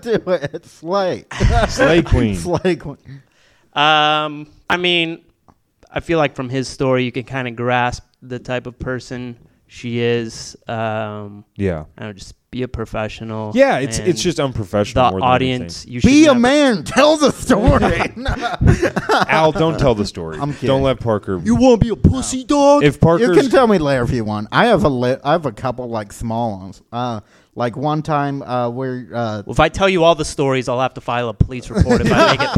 Speaker 2: Do it. It's like
Speaker 1: Slay Queen.
Speaker 2: It's like
Speaker 3: um, I mean, I feel like from his story, you can kind of grasp the type of person she is. Um,
Speaker 1: yeah,
Speaker 3: I don't know, just be a professional.
Speaker 1: yeah, it's it's
Speaker 3: and
Speaker 1: just
Speaker 3: the
Speaker 1: unprofessional. more than anything.
Speaker 3: audience. You should
Speaker 2: be a
Speaker 3: never-
Speaker 2: man. Tell the story.
Speaker 1: Al, don't tell the story.
Speaker 2: I'm kidding.
Speaker 1: Don't let Parker.
Speaker 3: want to be a pussy dog?
Speaker 1: if Parker's
Speaker 2: you can tell me later if you want. I have a li- I have a couple like small ones. Uh, like one time uh, where uh,
Speaker 3: Well, if I tell you all the stories, I'll have to file a police report if I make it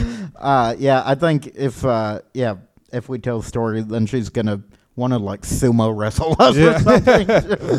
Speaker 3: public.
Speaker 2: Uh, yeah, I think if uh, yeah, if we tell the story, then she's gonna want to like sumo wrestle us or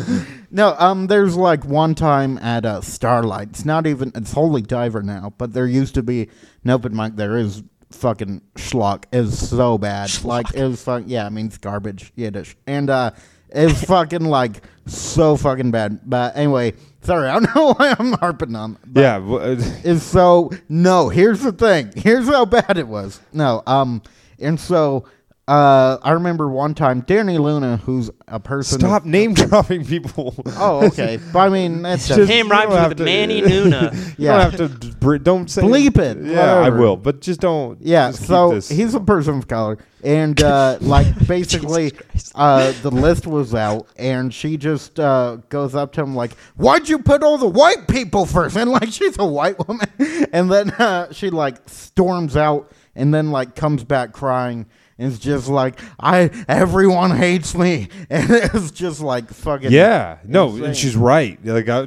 Speaker 2: something. no, um, there's like one time at uh, Starlight. It's not even. It's Holy Diver now, but there used to be an open mic. There is fucking schlock is so bad. Like it was fuck. Yeah, I mean it's garbage Yiddish, and uh, it's fucking like so fucking bad. But anyway, sorry, I don't know why I'm harping on. But
Speaker 1: Yeah, w- uh,
Speaker 2: is so no here's the thing here's how bad it was no um and so uh i remember one time danny luna who's a person
Speaker 1: stop name dropping people.
Speaker 2: oh okay but i mean that's just,
Speaker 1: Just-
Speaker 3: Came
Speaker 1: you don't
Speaker 3: rhymes with
Speaker 1: have to-
Speaker 3: Manny Nuna.
Speaker 1: You
Speaker 2: Yeah.
Speaker 1: don't have to. d- br- Don't say
Speaker 2: Bleep it,
Speaker 1: Yeah, I
Speaker 2: whatever.
Speaker 1: will, but just don't.
Speaker 2: yeah
Speaker 1: just keep
Speaker 2: so
Speaker 1: this.
Speaker 2: he's a person of color and uh like basically uh the list was out and she just uh goes up to him like why'd you put all the white people first and like she's a white woman and then uh she like storms out and then like comes back crying and it's just like I everyone hates me and it's just like fucking
Speaker 1: Yeah, no,
Speaker 2: insane.
Speaker 1: and she's right. Like I,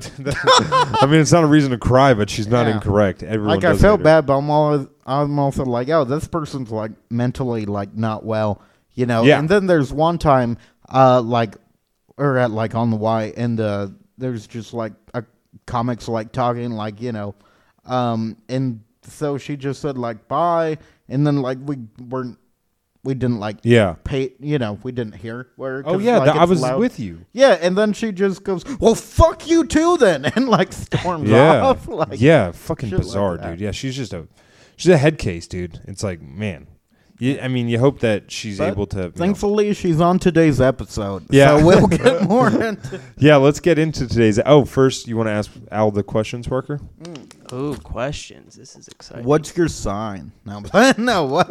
Speaker 1: I mean, it's not a reason to cry, but she's not
Speaker 2: Yeah.
Speaker 1: incorrect. Everyone
Speaker 2: like I
Speaker 1: does
Speaker 2: felt
Speaker 1: hate her.
Speaker 2: bad, but I'm always I'm also like, oh, this person's like mentally like not well, you know.
Speaker 1: Yeah.
Speaker 2: And then there's one time, uh, like or at like on the Y, and uh, there's just like a comics like talking like you know, um, and so she just said like bye, and then like we weren't we didn't like
Speaker 1: Yeah.
Speaker 2: pay you know we didn't hear where
Speaker 1: Oh yeah, th- I was with you.
Speaker 2: yeah and then she just goes well fuck you too then and like storms
Speaker 1: Yeah,
Speaker 2: off like
Speaker 1: yeah, fucking
Speaker 2: shit like
Speaker 1: bizarre,
Speaker 2: that.
Speaker 1: dude. Yeah, she's just a, she's a head case, dude. It's like, man, you, I mean, you hope that she's
Speaker 2: But
Speaker 1: able to. you know-
Speaker 2: Thankfully, she's on today's episode.
Speaker 1: Yeah.
Speaker 2: So we'll get more into
Speaker 1: yeah, let's get into today's. Oh, first, you want to ask Al the questions, Parker?
Speaker 2: Mm-hmm.
Speaker 3: Ooh, questions. This is exciting.
Speaker 2: What's your sign? No, but- no. What?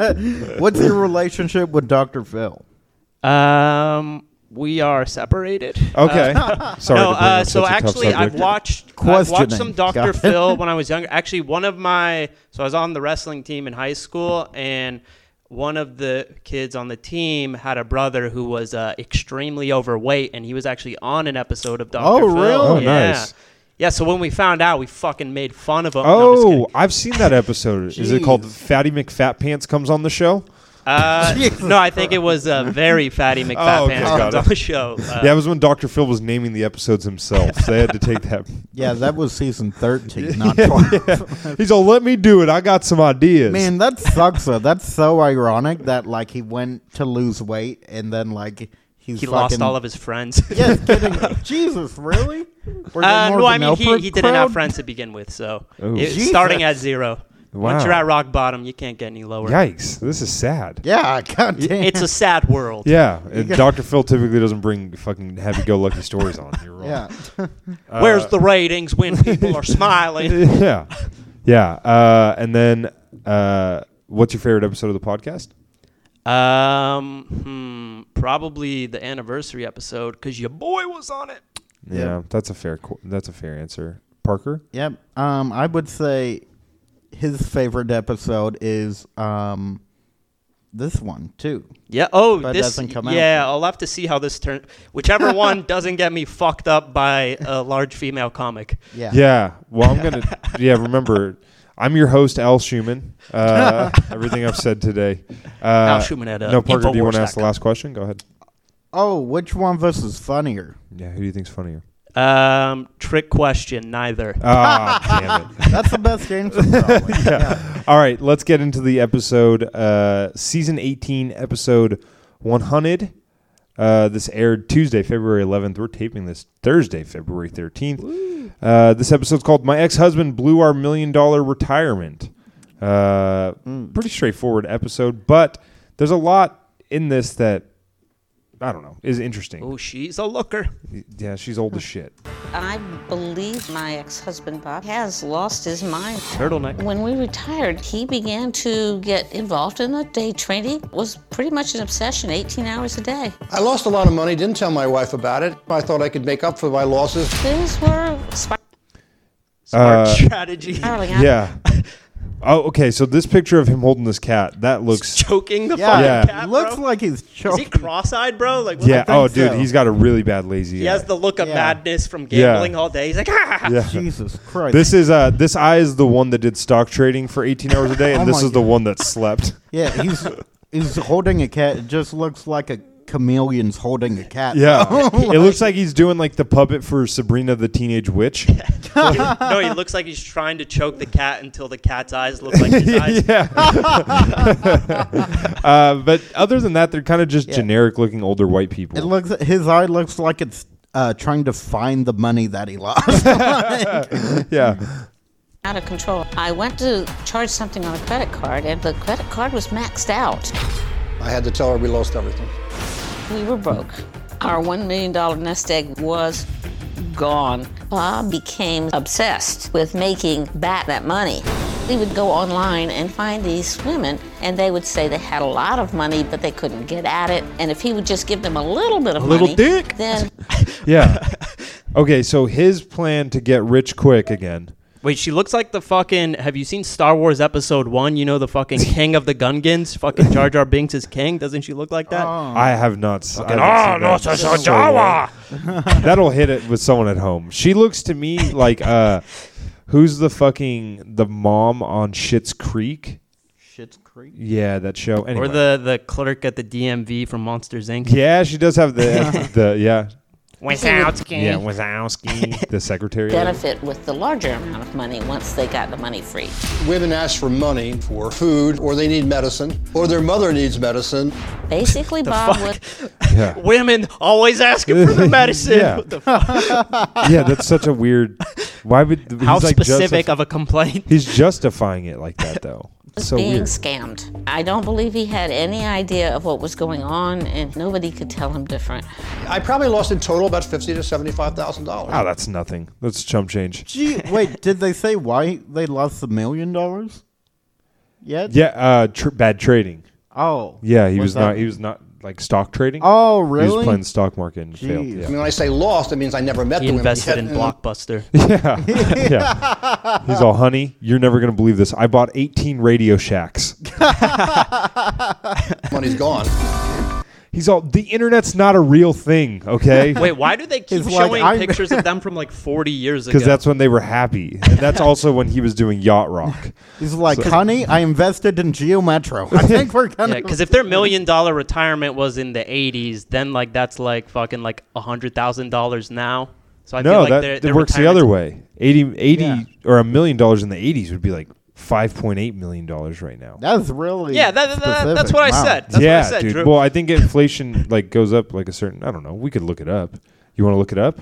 Speaker 2: What's your relationship with Dr. Phil?
Speaker 3: Um, we are separated.
Speaker 1: Okay. Sorry. to
Speaker 3: no,
Speaker 1: bring
Speaker 3: uh,
Speaker 1: up such a
Speaker 3: so
Speaker 1: tough
Speaker 3: actually, I've
Speaker 1: subject.
Speaker 3: watched I've watched
Speaker 2: Questioning.
Speaker 3: some Dr.
Speaker 2: Got it.
Speaker 3: Phil when I was younger. Actually, one of my so I was on the wrestling team in high school, and one of the kids on the team had a brother who was uh, extremely overweight, and he was actually on an episode of Dr.
Speaker 2: Oh,
Speaker 3: Phil.
Speaker 2: really?
Speaker 1: Oh,
Speaker 3: yeah.
Speaker 1: nice.
Speaker 3: Yeah, so when we found out, we fucking made fun of him. No, I'm just kidding.
Speaker 1: Oh, I've seen that episode. Is it called Fatty McFatpants comes on the show?
Speaker 3: Uh, no, I think it was uh, very fatty McFatpants
Speaker 1: Oh, okay, got
Speaker 3: comes
Speaker 1: it.
Speaker 3: on the show. Uh,
Speaker 1: that was when Dr. Phil was naming the episodes himself. they had to take that.
Speaker 2: Yeah, that was season thirteen, not twelve.
Speaker 1: He's all, let me do it. I got some ideas.
Speaker 2: Man, that sucks. Though. That's so ironic that like he went to lose weight and then like he's
Speaker 3: he
Speaker 2: fucking,
Speaker 3: lost all of his friends.
Speaker 2: Yes, kidding. Jesus, really? Were they
Speaker 3: Uh,
Speaker 2: more of
Speaker 3: no, I
Speaker 2: an
Speaker 3: mean he,
Speaker 2: Oprah
Speaker 3: he didn't have
Speaker 2: crowd?
Speaker 3: friends to begin with, so
Speaker 1: Ooh.
Speaker 3: it's
Speaker 2: Jesus.
Speaker 3: starting at zero. Once
Speaker 1: Wow.
Speaker 3: you're at rock bottom, you can't get any lower.
Speaker 1: Yikes. This is sad.
Speaker 2: Yeah, goddamn.
Speaker 3: It's a sad world.
Speaker 1: Yeah. and Dr. Phil typically doesn't bring fucking happy go lucky stories on. You're wrong.
Speaker 2: yeah.
Speaker 3: Where's the
Speaker 2: Uh,
Speaker 3: ratings when people are smiling?
Speaker 1: yeah. Yeah. Uh, and then, uh, what's your favorite episode of the podcast?
Speaker 3: Um, hmm, probably the anniversary episode because your boy was on it.
Speaker 1: Yeah, that's a fair. qu- That's a fair answer. Parker.
Speaker 2: Yep. Um, I would say his favorite episode is um, this one too.
Speaker 3: Yeah. Oh,
Speaker 2: But it
Speaker 3: this.
Speaker 2: doesn't come out.
Speaker 3: yeah, I'll have to see how this turns. Whichever one doesn't get me fucked up by a large female comic.
Speaker 2: Yeah.
Speaker 1: Yeah. Well, I'm gonna. yeah. Remember, I'm your host, Al Schumann. Uh, everything I've said today. Uh, Al
Speaker 3: Schumann at, uh,
Speaker 1: no, Parker. Do you want to ask the
Speaker 3: Infowars.com.
Speaker 1: last question? Go ahead.
Speaker 2: Oh, which one of us is funnier?
Speaker 1: Yeah. Who do you think's funnier?
Speaker 3: Um, trick question. Neither.
Speaker 2: Uh,
Speaker 1: Ah, damn it.
Speaker 2: That's the best answer. Probably. yeah.
Speaker 1: All right, let's get into the episode. Uh, season 18, episode 100. Uh, this aired Tuesday, February 11th. We're taping this Thursday, February 13th. Uh, this episode's called My Ex Husband Blew Our Million Dollar Retirement. Uh, Pretty straightforward episode, but there's a lot in this that, I don't know, is interesting.
Speaker 3: oh, she's a looker.
Speaker 1: Yeah, she's old as shit.
Speaker 5: I believe my ex-husband Bob has lost his mind.
Speaker 3: Turtleneck.
Speaker 2: uh,
Speaker 5: When we retired, he began to get involved in a day training. It was pretty much an obsession, 18 hours a day.
Speaker 6: I lost a lot of money, didn't tell my wife about it. I thought I could make up for my losses.
Speaker 5: These were spiraling
Speaker 3: Smart
Speaker 1: Uh,
Speaker 3: strategy.
Speaker 5: out.
Speaker 1: Yeah. Oh, okay. So this picture of him holding this cat, that looks
Speaker 3: Choking the
Speaker 2: Yeah.
Speaker 3: fucking
Speaker 1: Yeah.
Speaker 3: cat.
Speaker 2: Looks
Speaker 3: bro.
Speaker 2: like he's
Speaker 3: Is
Speaker 2: choking.
Speaker 3: he cross-eyed, bro? Like, what
Speaker 1: Yeah.
Speaker 3: the-
Speaker 1: Oh,
Speaker 2: think
Speaker 1: dude,
Speaker 2: so.
Speaker 1: he's got a really bad lazy
Speaker 3: he
Speaker 1: eye.
Speaker 3: has the look of
Speaker 2: Yeah.
Speaker 3: madness from
Speaker 1: Yeah.
Speaker 3: gambling all day. He's like, ah.
Speaker 1: Yeah.
Speaker 2: Jesus Christ.
Speaker 1: This is uh, this eye is the one that did stock trading for 18 hours a day, and
Speaker 2: Oh
Speaker 1: this
Speaker 2: my
Speaker 1: is the one that slept.
Speaker 2: yeah, he's he's holding a cat. It just looks like a chameleon's holding a cat.
Speaker 1: Yeah. it looks like he's doing like the puppet for Sabrina the Teenage Witch.
Speaker 3: no, he looks like he's trying to choke the cat until the cat's eyes look like his eyes.
Speaker 1: yeah. uh, but other than that, they're kind of just generic looking older white people.
Speaker 2: It looks. His eye looks like it's uh, trying to find the money that he lost.
Speaker 1: yeah.
Speaker 5: out of control. I went to charge something on a credit card, and the credit card was maxed out.
Speaker 6: I had to tell her we lost everything.
Speaker 5: We were broke. Our $1 million nest egg was gone. Bob became obsessed with making back that money. He would go online and find these women, and they would say they had a lot of money, but they couldn't get at it. And if he would just give them a little bit of
Speaker 1: little
Speaker 5: money,
Speaker 1: dick.
Speaker 5: then
Speaker 1: Yeah. Okay, so his plan to get rich quick again.
Speaker 3: Wait, she looks like the fucking. Have you seen Star Wars Episode One? You know the fucking king of the Gungans. Fucking Jar Jar Binks is king. Doesn't she look like that?
Speaker 2: Oh,
Speaker 1: I have not. s- I haven't seen that. So long. That'll hit it with someone at home. She looks to me like uh, who's the fucking the mom on Shit's Creek?
Speaker 2: Shit's creepy.
Speaker 1: Yeah, that show. Anyway.
Speaker 3: Or the the clerk at the DMV from Monsters Inc.
Speaker 1: yeah, she does have the the yeah
Speaker 4: Without
Speaker 1: yeah Wazowski the secretary.
Speaker 5: benefit with the larger amount of money once they got the money free.
Speaker 6: Women ask for money for food, or they need medicine, or their mother needs medicine.
Speaker 5: Basically, Bob was
Speaker 1: Yeah.
Speaker 3: Women always asking for the medicine.
Speaker 1: Yeah.
Speaker 3: What the fuck?
Speaker 1: yeah, that's such a weird. Why would
Speaker 3: How
Speaker 1: he's like
Speaker 3: specific
Speaker 1: justif-
Speaker 3: of a complaint?
Speaker 1: he's justifying it like that though. It's so
Speaker 5: being
Speaker 1: weird.
Speaker 5: scammed. I don't believe he had any idea of what was going on, and nobody could tell him different.
Speaker 6: I probably lost in total about fifty to seventy-five thousand dollars.
Speaker 1: Oh, that's nothing. That's chump change.
Speaker 2: Gee, wait. Did they say why they lost the million dollars? Yet?
Speaker 1: Yeah, uh, tr- bad trading.
Speaker 2: Oh.
Speaker 1: Yeah, he
Speaker 2: What's
Speaker 1: was not.
Speaker 2: that?
Speaker 1: He was not like stock trading.
Speaker 2: Oh,
Speaker 1: He was
Speaker 2: really?
Speaker 1: playing the stock market and failed.
Speaker 2: Jeez.
Speaker 1: Yeah.
Speaker 6: I mean, when I say lost, it means I never met
Speaker 3: He
Speaker 6: the women.
Speaker 3: invested
Speaker 6: yet.
Speaker 3: in
Speaker 6: And
Speaker 3: Blockbuster.
Speaker 1: yeah. He's all, honey, you're never going to believe this. I bought 18 Radio Shacks.
Speaker 6: Money's gone.
Speaker 1: He's all, the internet's not a real thing, okay?
Speaker 3: Wait, why do they keep
Speaker 2: It's like
Speaker 3: showing
Speaker 2: I'm-
Speaker 3: pictures of them from like 40 years ago?
Speaker 1: Because that's when they were happy. And that's also when he was doing Yacht Rock.
Speaker 2: He's like, honey, I invested in Geo Metro. I think we're gonna.
Speaker 3: Yeah, because if their million dollar retirement was in the 80s, then like that's like fucking like a hundred thousand dollars now. So I feel
Speaker 1: No,
Speaker 3: like
Speaker 1: that,
Speaker 3: their,
Speaker 1: that
Speaker 3: their
Speaker 1: works the
Speaker 3: retirement's-
Speaker 1: other way. 80, 80
Speaker 2: Yeah.
Speaker 1: or a million dollars in the 80s would be like $5.8 million right now.
Speaker 2: that's really.
Speaker 3: Yeah, that, that- that- that's
Speaker 2: specific.
Speaker 3: what I
Speaker 2: Wow.
Speaker 3: said. That's
Speaker 1: yeah,
Speaker 3: what I said,
Speaker 1: dude.
Speaker 3: Drew.
Speaker 1: Well, I think inflation like goes up like a certain. I don't know. We could look it up. You want to look it up?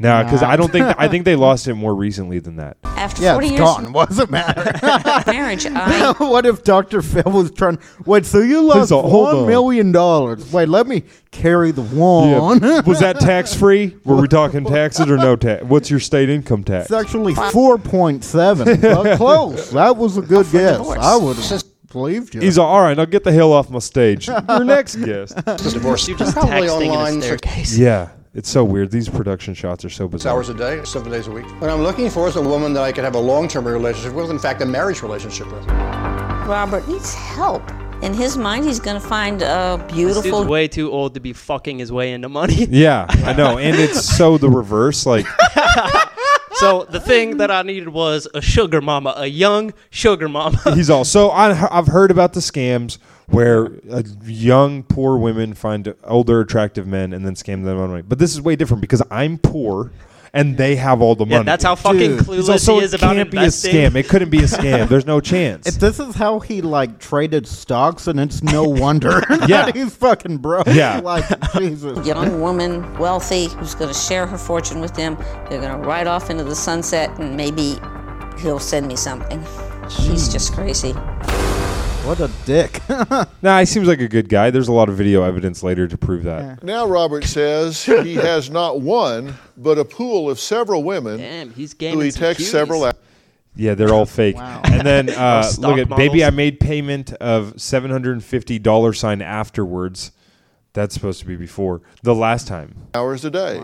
Speaker 1: No, because I don't think I think they lost it more recently than that.
Speaker 5: After
Speaker 2: Yeah,
Speaker 5: 40
Speaker 2: it's
Speaker 5: years
Speaker 2: gone. What does it matter?
Speaker 5: of marriage, I
Speaker 2: what if Dr. Phil was trying? Wait, so you lost
Speaker 1: a- hold
Speaker 2: one
Speaker 1: on.
Speaker 2: million dollars? Wait, let me carry the one.
Speaker 1: Yeah. Was that tax free? Were we talking taxes or no tax? What's your state income tax?
Speaker 2: It's actually four point seven. but close. That was a good guess.
Speaker 5: divorce.
Speaker 2: I would have believed you.
Speaker 1: He's all, all right. I'll get the hell off my stage. Your next guest.
Speaker 6: Just divorced.
Speaker 3: You're just
Speaker 6: probably
Speaker 3: texting
Speaker 6: online
Speaker 3: in a
Speaker 6: six
Speaker 3: staircase.
Speaker 1: Yeah, it's so weird. These production shots are so bizarre.
Speaker 6: hours a day, seven days a week. What I'm looking for is a woman that I could have a long-term relationship with. In fact, a marriage relationship with.
Speaker 5: Robert needs help. In his mind, he's going to find a
Speaker 3: This dude's
Speaker 5: beautiful
Speaker 3: way too old to be fucking his way into money.
Speaker 1: Yeah, I know. And it's so the reverse. Like,
Speaker 3: So the thing that I needed was a sugar mama, a young sugar mama.
Speaker 1: he's all. So I, I've heard about the scams where uh, young, poor women find older, attractive men and then scam them on money. But this is way different because I'm poor and they have all the
Speaker 3: yeah,
Speaker 1: money.
Speaker 3: that's how fucking
Speaker 1: He's
Speaker 3: clueless
Speaker 1: also,
Speaker 3: he is about
Speaker 1: It can't
Speaker 3: investing.
Speaker 1: be a scam. It couldn't be a scam. There's no chance.
Speaker 2: If this is how he like traded stocks, and it's no wonder
Speaker 1: Yeah.
Speaker 2: that he's fucking broke.
Speaker 1: Yeah.
Speaker 2: like Jesus.
Speaker 5: young woman, wealthy, who's going to share her fortune with him. They're going to ride off into the sunset, and maybe he'll send me something. He's just crazy.
Speaker 2: What a dick.
Speaker 1: Nah, he seems like a good guy. There's a lot of video evidence later to prove that.
Speaker 7: Now Robert says he has not one, but a pool of several women
Speaker 3: Damn, he's
Speaker 7: who
Speaker 3: gaming.
Speaker 7: he
Speaker 3: some
Speaker 7: texts
Speaker 3: cuties.
Speaker 7: several. a-
Speaker 1: Yeah, they're all fake. And then uh,
Speaker 3: stock
Speaker 1: look at baby,
Speaker 3: models.
Speaker 1: I made payment of seven hundred and fifty dollar sign afterwards. That's supposed to be before the last time.
Speaker 7: hours a day.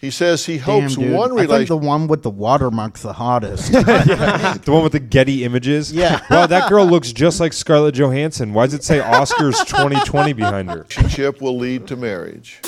Speaker 7: He says he
Speaker 2: Damn,
Speaker 7: hopes
Speaker 2: dude.
Speaker 7: one
Speaker 2: I think the
Speaker 7: relationship.
Speaker 2: one with the watermark's the hottest.
Speaker 1: The one with the Getty images.
Speaker 2: Yeah.
Speaker 1: Wow, that girl looks just like Scarlett Johansson. Why does it say Oscars 2020 behind her?
Speaker 7: will lead to marriage.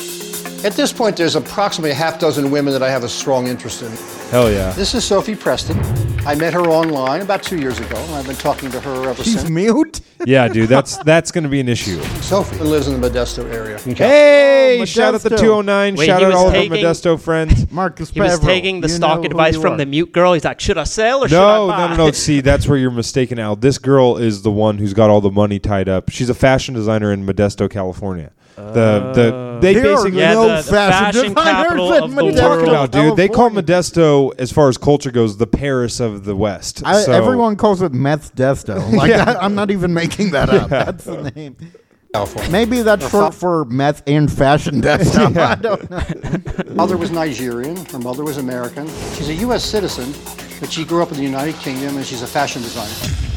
Speaker 6: At this point, there's approximately a half dozen women that I have a strong interest in.
Speaker 1: Hell yeah.
Speaker 6: This is Sophie Preston. I met her online about two years ago, and I've been talking to her ever
Speaker 2: He's
Speaker 6: since.
Speaker 2: mute.
Speaker 1: Yeah, dude, that's that's gonna be an issue.
Speaker 6: Sophie lives in the Modesto area.
Speaker 1: Hey,
Speaker 2: Oh,
Speaker 1: shout out the
Speaker 2: Modesto.
Speaker 1: 209.
Speaker 3: Wait,
Speaker 1: shout
Speaker 3: he
Speaker 1: out
Speaker 3: was
Speaker 1: all of
Speaker 3: taking-
Speaker 1: our Modesto friends.
Speaker 2: Marcus
Speaker 3: He was
Speaker 2: Peveril,
Speaker 3: taking the
Speaker 2: you know
Speaker 3: stock
Speaker 2: who
Speaker 3: advice
Speaker 2: you
Speaker 3: from
Speaker 2: are.
Speaker 3: the mute girl. He's like, should I sell or should I
Speaker 1: No,
Speaker 3: buy?
Speaker 1: no, no, no. See, that's where you're mistaken, Al. This girl is the one who's got all the money tied up. She's a fashion designer in Modesto, California. The
Speaker 3: Oh.
Speaker 1: the they
Speaker 2: There are
Speaker 1: basically
Speaker 3: Yeah,
Speaker 2: no
Speaker 3: the- the
Speaker 2: fashion
Speaker 3: fashion capital
Speaker 2: designers in
Speaker 3: of the
Speaker 2: Modesto,
Speaker 1: talking about, dude. They call
Speaker 2: California.
Speaker 1: Modesto, as far as culture goes, the Paris of the West.
Speaker 2: I,
Speaker 1: So-
Speaker 2: everyone calls it Meth Desto. Like that, I'm not even making that up. That's the name.
Speaker 6: California.
Speaker 2: Maybe that's short for meth and fashion Desto. I don't know.
Speaker 6: Her mother was Nigerian. Her mother was American. She's a U.S. citizen, but she grew up in the United Kingdom, and she's a fashion designer.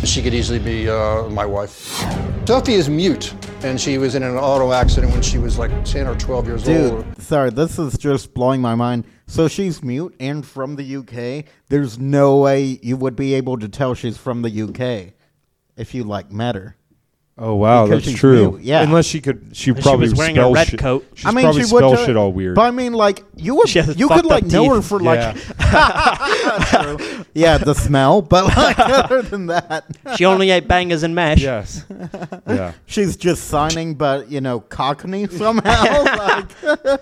Speaker 6: She could easily be uh, my wife. Sophie is mute, and she was in an auto accident when she was like 10 or 12 years old.
Speaker 2: Dude, sorry, this is just blowing my mind. So she's mute and from the UK. There's no way you would be able to tell she's from the UK if you like met her.
Speaker 1: Oh wow,
Speaker 2: Because
Speaker 1: that's
Speaker 2: she's
Speaker 1: true.
Speaker 2: new, yeah.
Speaker 1: unless she could, she probably
Speaker 3: was wearing a
Speaker 1: spell
Speaker 3: red
Speaker 1: shit.
Speaker 3: coat.
Speaker 1: She's probably spell
Speaker 2: tell-
Speaker 1: shit all weird.
Speaker 2: But I mean, like you would,
Speaker 3: She has
Speaker 2: you
Speaker 3: fucked
Speaker 2: could
Speaker 3: up
Speaker 2: like know her
Speaker 3: teeth.
Speaker 2: for
Speaker 1: Yeah.
Speaker 2: like, yeah, the smell. But like other than that,
Speaker 3: She only ate bangers and mash.
Speaker 1: yes, yeah,
Speaker 2: she's just signing, but you know, Cockney somehow. like,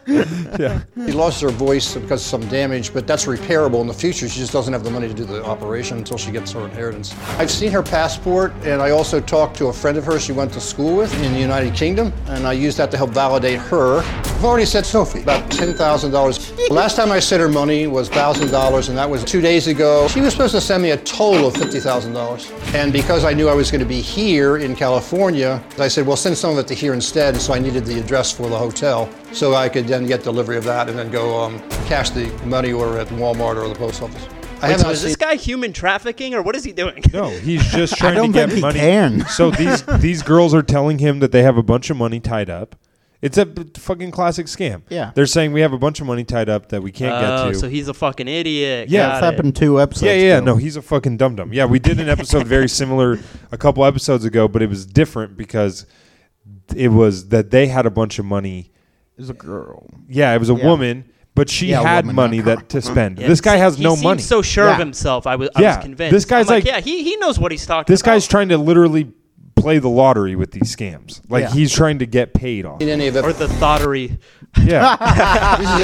Speaker 1: yeah.
Speaker 6: She lost her voice because of some damage, but that's repairable in the future. She just doesn't have the money to do the operation until she gets her inheritance. I've seen her passport, and I also talked to a friend of hers she went to school with in the United Kingdom, and I used that to help validate her. I've already said Sophie, about $10,000. Last time I said her money was $1,000, and that was two days ago. She was supposed to send me a total of $50,000. And because I knew I was going to be here in California, I said, well, send some of it to here instead. So I needed the address for the hotel. So I could then get delivery of that and then go um, cash the money order at Walmart or the post office. I
Speaker 3: Wait,
Speaker 6: have
Speaker 3: so
Speaker 6: not
Speaker 3: is this
Speaker 6: seen-
Speaker 3: guy human trafficking or what is he doing?
Speaker 1: No, he's just trying
Speaker 2: don't
Speaker 1: to get
Speaker 2: think he
Speaker 1: money.
Speaker 2: can.
Speaker 1: So these these girls are telling him that they have a bunch of money tied up. It's a b- fucking classic scam.
Speaker 2: Yeah.
Speaker 1: they're saying we have a bunch of money tied up that we can't
Speaker 3: Oh,
Speaker 1: get to.
Speaker 3: so he's a fucking idiot.
Speaker 1: Yeah,
Speaker 3: Got
Speaker 2: it's
Speaker 3: it.
Speaker 2: happened two episodes.
Speaker 1: yeah, yeah,
Speaker 2: ago.
Speaker 1: no, he's a fucking dum dum. Yeah, we did an episode very similar a couple episodes ago, but it was different because it was that they had a bunch of money.
Speaker 2: It's a girl.
Speaker 1: Yeah, it was a
Speaker 2: Yeah.
Speaker 1: woman, but she
Speaker 2: Yeah, a
Speaker 1: had
Speaker 2: woman,
Speaker 1: money
Speaker 2: not
Speaker 1: that to spend.
Speaker 3: Yeah,
Speaker 1: This guy has
Speaker 3: he
Speaker 1: no
Speaker 3: seemed
Speaker 1: money.
Speaker 3: so sure
Speaker 2: Yeah.
Speaker 3: of himself. I was, I
Speaker 1: Yeah,
Speaker 3: was convinced.
Speaker 1: this guy's
Speaker 3: I'm like,
Speaker 1: like-
Speaker 3: yeah, he, he knows what he's talking
Speaker 1: this
Speaker 3: about.
Speaker 1: guy's trying to literally play the lottery with these scams. Like
Speaker 2: Yeah.
Speaker 1: he's trying to get paid off.
Speaker 6: in any of it.
Speaker 3: Or the thottery.
Speaker 1: Yeah.
Speaker 6: This is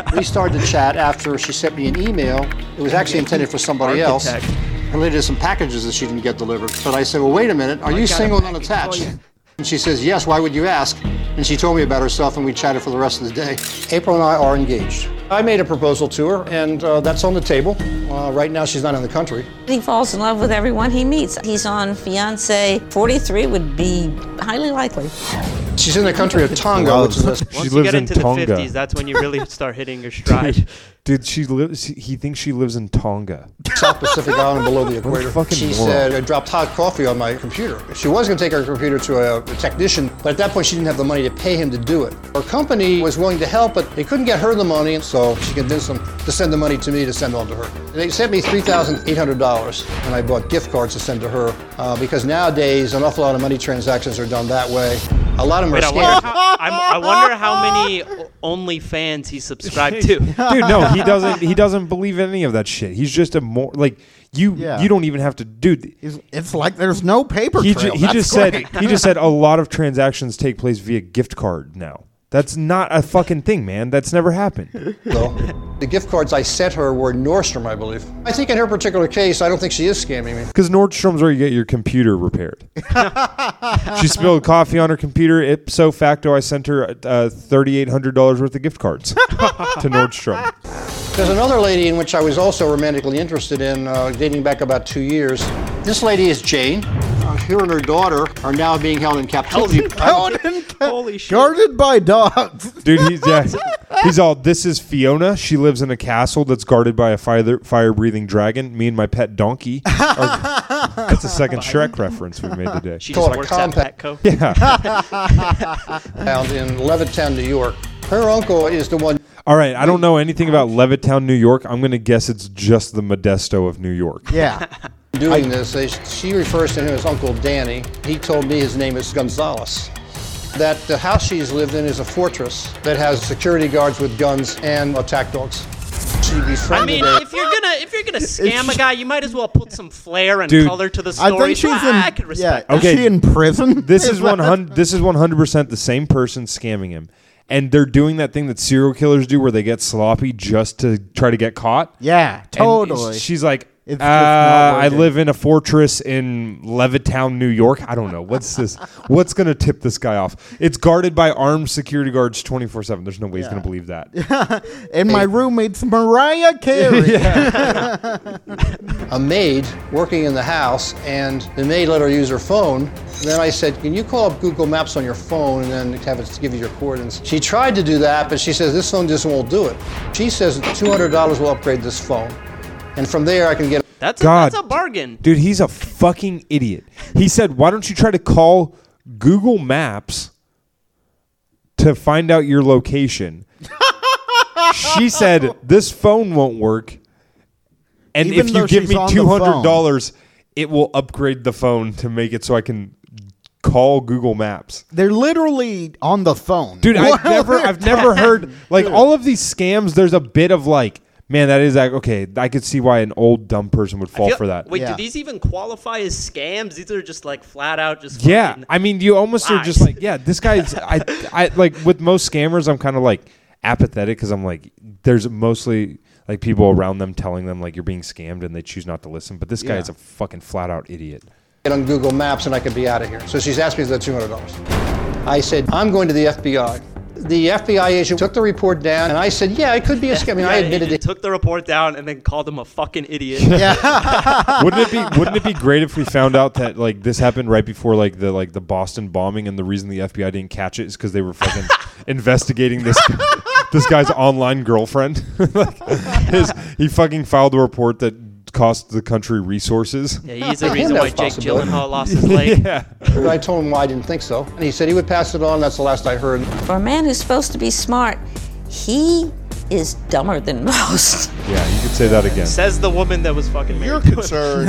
Speaker 6: April. we started to chat after she sent me an email. It was actually intended for somebody
Speaker 3: Architect.
Speaker 6: else related to some packages that she didn't get delivered. But I said, Well, wait a minute. Are you single and unattached? And she says, Yes. Why would you ask? And she told me about herself, and we chatted for the rest of the day. April and I are engaged. I made a proposal to her, and uh, that's on the table. Uh, right now, she's not in the country.
Speaker 5: He falls in love with everyone he meets. He's on fiance 43 would be highly likely.
Speaker 6: She's in the country of Tonga, which is a
Speaker 1: She
Speaker 3: Once you
Speaker 1: lives
Speaker 3: get
Speaker 1: in
Speaker 3: into the
Speaker 1: Tonga.
Speaker 3: 50s, that's when you really start hitting your stride.
Speaker 1: Dude, she lives. He thinks she lives in Tonga.
Speaker 6: South Pacific island below the
Speaker 1: a
Speaker 6: equator.
Speaker 1: fucking
Speaker 6: She
Speaker 1: moron.
Speaker 6: said, I dropped hot coffee on my computer. She was going to take her computer to a, a technician, but at that point, she didn't have the money to pay him to do it. Her company was willing to help, but they couldn't get her the money, so she convinced them to send the money to me to send on to her. They sent me $3,800, and I bought gift cards to send to her uh, because nowadays, an awful lot of money transactions are done that way. A lot of them
Speaker 3: Wait, I
Speaker 6: are
Speaker 3: wonder,
Speaker 6: scammed.
Speaker 3: how, I'm, I wonder how many OnlyFans he subscribed to.
Speaker 1: dude no he doesn't he doesn't believe any of that shit he's just a more like you
Speaker 2: Yeah.
Speaker 1: you don't even have to dude
Speaker 2: It's, it's like there's no paper
Speaker 1: he,
Speaker 2: trail.
Speaker 1: ju- he
Speaker 2: That's
Speaker 1: just
Speaker 2: great.
Speaker 1: said he just said a lot of transactions take place via gift card now that's not a fucking thing man that's never happened
Speaker 6: though. The gift cards I sent her were Nordstrom, I believe. I think in her particular case, I don't think she is scamming me.
Speaker 1: because nordstrom's where you get your computer repaired she spilled coffee on her computer ipso facto i sent her uh, $3800 worth of gift cards to nordstrom
Speaker 6: There's another lady in which I was also romantically interested in, uh, dating back about two years. This lady is Jane. Uh, her and her daughter are now being held in captivity.
Speaker 2: Held in ca-
Speaker 3: Holy shit.
Speaker 2: guarded by dogs.
Speaker 1: Dude, he's yeah, he's all. This is Fiona. She lives in a castle that's guarded by a fire fire breathing dragon. Me and my pet donkey. Are, that's a second Shrek reference we made today.
Speaker 3: She
Speaker 6: Called
Speaker 3: just
Speaker 6: a
Speaker 3: works at
Speaker 6: compact.
Speaker 3: Petco.
Speaker 6: Found in Levittown, New York. Her uncle is the one
Speaker 1: All right, I don't know anything about Levittown, New York. I'm gonna guess it's just the Modesto of New York.
Speaker 2: Yeah.
Speaker 6: doing this. They- She refers to him as Uncle Danny. He told me his name is Gonzalez. That the house she's lived in is a fortress that has security guards with guns and attack dogs. She befriended
Speaker 3: I mean,
Speaker 6: a-
Speaker 3: if you're gonna if you're gonna scam a guy, you might as well put some flair and
Speaker 1: Dude,
Speaker 3: color to the
Speaker 2: I
Speaker 3: story.
Speaker 2: think she's
Speaker 3: so
Speaker 2: in.
Speaker 3: I, I can respect.
Speaker 2: yeah,
Speaker 3: that.
Speaker 1: that. Okay.
Speaker 2: Is she in prison?
Speaker 1: This is
Speaker 2: that-
Speaker 1: one hundred. This is one hundred percent the same person scamming him, and they're doing that thing that serial killers do, where they get sloppy just to try to get caught.
Speaker 2: Yeah,
Speaker 1: And
Speaker 2: totally.
Speaker 1: she's like,
Speaker 2: It's just
Speaker 1: uh,
Speaker 2: not
Speaker 1: I
Speaker 2: working."
Speaker 1: live in a fortress in Levittown, New York. I don't know. What's this? What's going to tip this guy off? It's guarded by armed security guards 24 7. There's no way he's going to believe that.
Speaker 2: and my roommate's Mariah Carey.
Speaker 6: a maid working in the house, and the maid let her use her phone. Then I said, Can you call up Google Maps on your phone and then have it give you your coordinates? She tried to do that, but she says, This phone just won't do it. She says, $200 will upgrade this phone. And from there, I can get.
Speaker 3: That's a,
Speaker 1: God.
Speaker 3: that's a bargain.
Speaker 1: Dude, he's a fucking idiot. He said, Why don't you try to call Google Maps to find out your location? she said, This phone won't work. And
Speaker 2: Even
Speaker 1: if
Speaker 2: though
Speaker 1: you give
Speaker 2: she's
Speaker 1: me
Speaker 2: on the phone.
Speaker 1: $200, it will upgrade the phone to make it so I can call Google Maps.
Speaker 2: They're literally on the phone.
Speaker 1: Dude, I've
Speaker 2: While
Speaker 1: never,
Speaker 2: they're
Speaker 1: I've never heard like all of these scams. There's a bit of like, man, that is like okay. I could see why an old dumb person would fall
Speaker 3: Feel-
Speaker 1: for that.
Speaker 3: Wait,
Speaker 2: Yeah.
Speaker 3: do these even qualify as scams? These are just like flat out just.
Speaker 1: Yeah,
Speaker 3: fucking-
Speaker 1: I mean, you almost are just
Speaker 3: Lies.
Speaker 1: like, yeah, this guy's. I, I like with most scammers, I'm kind of like apathetic because I'm like, there's mostly like people around them telling them like you're being scammed and they choose not to listen. But this guy is a fucking flat out idiot.
Speaker 6: get on Google Maps and I could be out of here. So she's asked me for the $200. I said, I'm going to the FBI. The FBI agent took the report down, and I said, Yeah, it could be a scam. I mean, I
Speaker 3: Yeah,
Speaker 6: admitted
Speaker 3: he
Speaker 6: it.
Speaker 3: took the report down and then called him a fucking idiot.
Speaker 1: wouldn't it be Wouldn't it be great if we found out that like this happened right before like the like the Boston bombing and the reason the FBI didn't catch it is because they were fucking investigating this this guy's online girlfriend. like his, he fucking filed a report that cost the country resources.
Speaker 3: yeah, he's the
Speaker 6: I
Speaker 3: reason
Speaker 6: know
Speaker 3: why
Speaker 6: it's
Speaker 3: Jake
Speaker 6: possible.
Speaker 3: Gyllenhaal lost his leg.
Speaker 6: I told him why I didn't think so. And he said he would pass it on. That's the last I heard.
Speaker 5: For a man who's supposed to be smart, he is dumber than most.
Speaker 1: Yeah, you could say that again.
Speaker 3: Says the woman that was fucking
Speaker 7: You're
Speaker 3: married. to him.
Speaker 7: concerned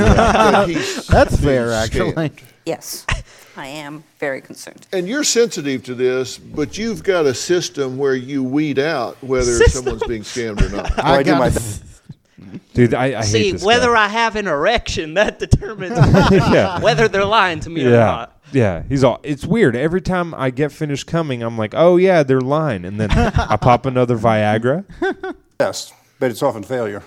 Speaker 7: that he's
Speaker 2: That's fair,
Speaker 7: scammed.
Speaker 2: actually.
Speaker 5: Yes, I am very concerned.
Speaker 7: and you're sensitive to this, but you've got a system where you weed out whether someone's being scammed or not.
Speaker 2: I,
Speaker 6: I do
Speaker 2: got
Speaker 6: my
Speaker 2: it.
Speaker 1: Dude, I, I hate
Speaker 3: See
Speaker 1: this
Speaker 3: whether
Speaker 1: guy.
Speaker 3: I have an erection that determines
Speaker 1: yeah.
Speaker 3: whether they're lying to me or
Speaker 1: Yeah.
Speaker 3: not.
Speaker 1: Yeah, he's all. It's weird. Every time I get finished coming, I'm like, "Oh yeah, they're lying," and then I pop another Viagra.
Speaker 6: test, but it's often failure.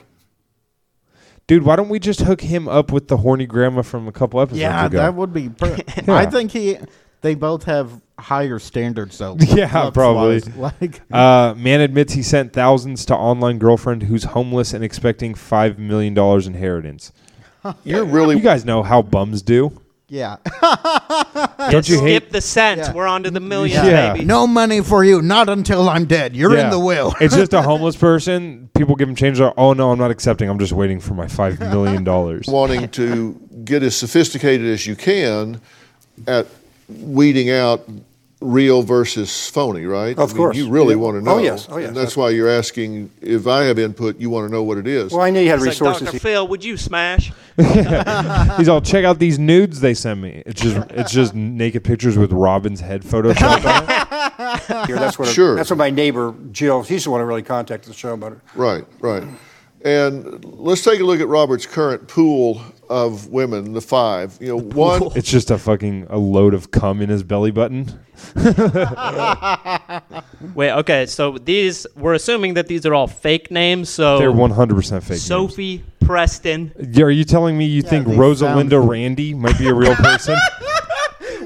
Speaker 1: Dude, why don't we just hook him up with the horny grandma from a couple episodes
Speaker 2: Yeah,
Speaker 1: ago?
Speaker 2: that would be. Per- I think he. They both have higher standards, though.
Speaker 1: Yeah, probably.
Speaker 2: looks-wise. Like,
Speaker 1: Uh, man admits he sent thousands to online girlfriend who's homeless and expecting five million dollars inheritance.
Speaker 7: You're really
Speaker 1: You guys know how bums do.
Speaker 2: yeah,
Speaker 1: Don't you hate
Speaker 3: Skip the cents.
Speaker 2: Yeah.
Speaker 3: We're on to the millions,
Speaker 1: Yeah.
Speaker 3: baby.
Speaker 2: No money for you. Not until I'm dead. You're
Speaker 1: Yeah.
Speaker 2: in the will.
Speaker 1: it's just a homeless person. People give him change. They're, oh no, I'm not accepting. I'm just waiting for my five million dollars.
Speaker 7: wanting to get as sophisticated as you can at weeding out real versus phony, right?
Speaker 6: Of course.
Speaker 7: You really
Speaker 6: Yeah.
Speaker 7: want to know.
Speaker 6: Oh, yes. Oh, yes.
Speaker 7: And that's why you're asking if I have input, you want to know what it is.
Speaker 6: Well, I knew you had
Speaker 3: It's like,
Speaker 6: resources.
Speaker 3: Dr. Phil, would you smash?
Speaker 1: He's all check out these nudes they send me. It's just it's just naked pictures with Robin's head photoshopped on it.
Speaker 6: here. That's what
Speaker 7: Sure.
Speaker 6: that's what my neighbor Jill. She's the one who really contacted the show about it.
Speaker 7: Right, right. And let's take a look at Robert's current pool of women, the five. You know, one
Speaker 1: It's just a fucking a load of cum in his belly button.
Speaker 3: Wait, okay. So these, we're assuming that these are all fake names. So
Speaker 1: They're 100 percent fake. names.
Speaker 3: Sophie Preston,
Speaker 1: Yeah, are you telling me you think
Speaker 2: they
Speaker 1: Rosalinda
Speaker 2: found-
Speaker 1: Randy might be a real person?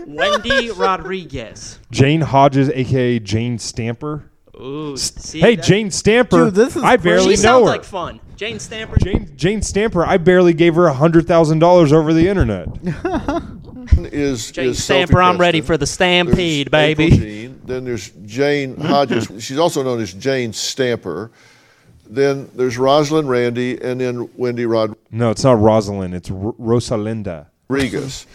Speaker 3: Wendy Rodriguez.
Speaker 1: Jane Hodges, aka Jane Stamper.
Speaker 3: Ooh, see,
Speaker 1: hey,
Speaker 3: that-
Speaker 1: Jane Stamper.
Speaker 2: Dude, this is
Speaker 1: I
Speaker 2: crazy.
Speaker 1: barely
Speaker 3: She
Speaker 2: really
Speaker 1: know
Speaker 3: sounds
Speaker 1: her.
Speaker 3: like fun. Jane Stamper.
Speaker 1: Jane, Jane Stamper, I barely gave her hundred thousand dollars over the internet.
Speaker 7: is
Speaker 3: Jane
Speaker 7: is Sophie
Speaker 3: Stamper, I'm ready
Speaker 7: Preston.
Speaker 3: for the
Speaker 7: There's
Speaker 3: stampede,
Speaker 7: April
Speaker 3: baby.
Speaker 7: Jean. Then there's Jane Hodges. She's also known as Jane Stamper. Then there's Rosalind Randy, and then Wendy
Speaker 1: No, it's not Rosalind. It's R- Rosalinda.
Speaker 7: Rodriguez.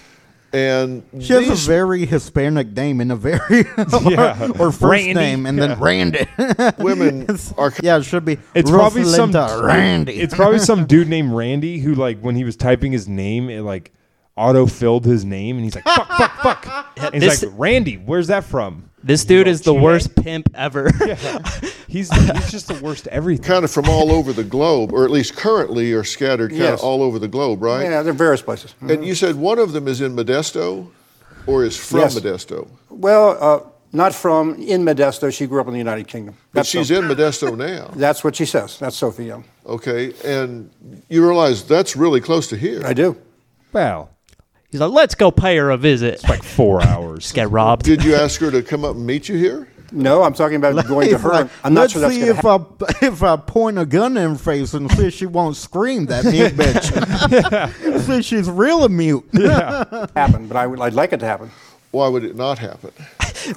Speaker 7: And
Speaker 2: She has a
Speaker 7: these-
Speaker 2: very Hispanic name and a very or,
Speaker 1: Yeah.
Speaker 2: or first
Speaker 1: Randy.
Speaker 2: name and then Randy.
Speaker 7: women are
Speaker 2: yeah, it should be.
Speaker 1: It's probably some
Speaker 2: Rosalinda Randy.
Speaker 1: It's probably some dude named Randy who, like, when he was typing his name, it like auto filled his name, and he's like, "Fuck, fuck, fuck." And he's
Speaker 3: this-
Speaker 1: like, "Randy, where's that from?"
Speaker 3: This dude is the
Speaker 1: She
Speaker 3: worst pimp ever.
Speaker 1: He's he's just the worst at everything.
Speaker 7: kind of from all over the globe, or at least currently are scattered kind
Speaker 6: Yes.
Speaker 7: of all over the globe, right?
Speaker 6: Yeah, they're various places.
Speaker 7: And you said one of them is in Modesto, or is from
Speaker 6: Yes.
Speaker 7: Modesto.
Speaker 6: Well, uh, not from in Modesto. She grew up in the United Kingdom.
Speaker 7: But she's
Speaker 6: Sophie.
Speaker 7: in Modesto now.
Speaker 6: That's what she says. That's Sophie Young.
Speaker 7: Okay, and you realize that's really close to here.
Speaker 6: I do.
Speaker 1: Well,
Speaker 3: He's like, let's go pay her a visit. Let's
Speaker 1: like four hours.
Speaker 3: get robbed.
Speaker 7: Did you ask her to come up and meet you here?
Speaker 6: No, I'm talking about going to
Speaker 2: He's
Speaker 6: her.
Speaker 2: like,
Speaker 6: I'm not
Speaker 2: let's
Speaker 6: sure that's
Speaker 2: see
Speaker 6: going to
Speaker 2: if
Speaker 6: happen.
Speaker 2: I if I point a gun in her face and see if she won't scream that mute bitch. see if she's real mute.
Speaker 6: happen, but I would, I'd like it to happen.
Speaker 7: Why would it not happen?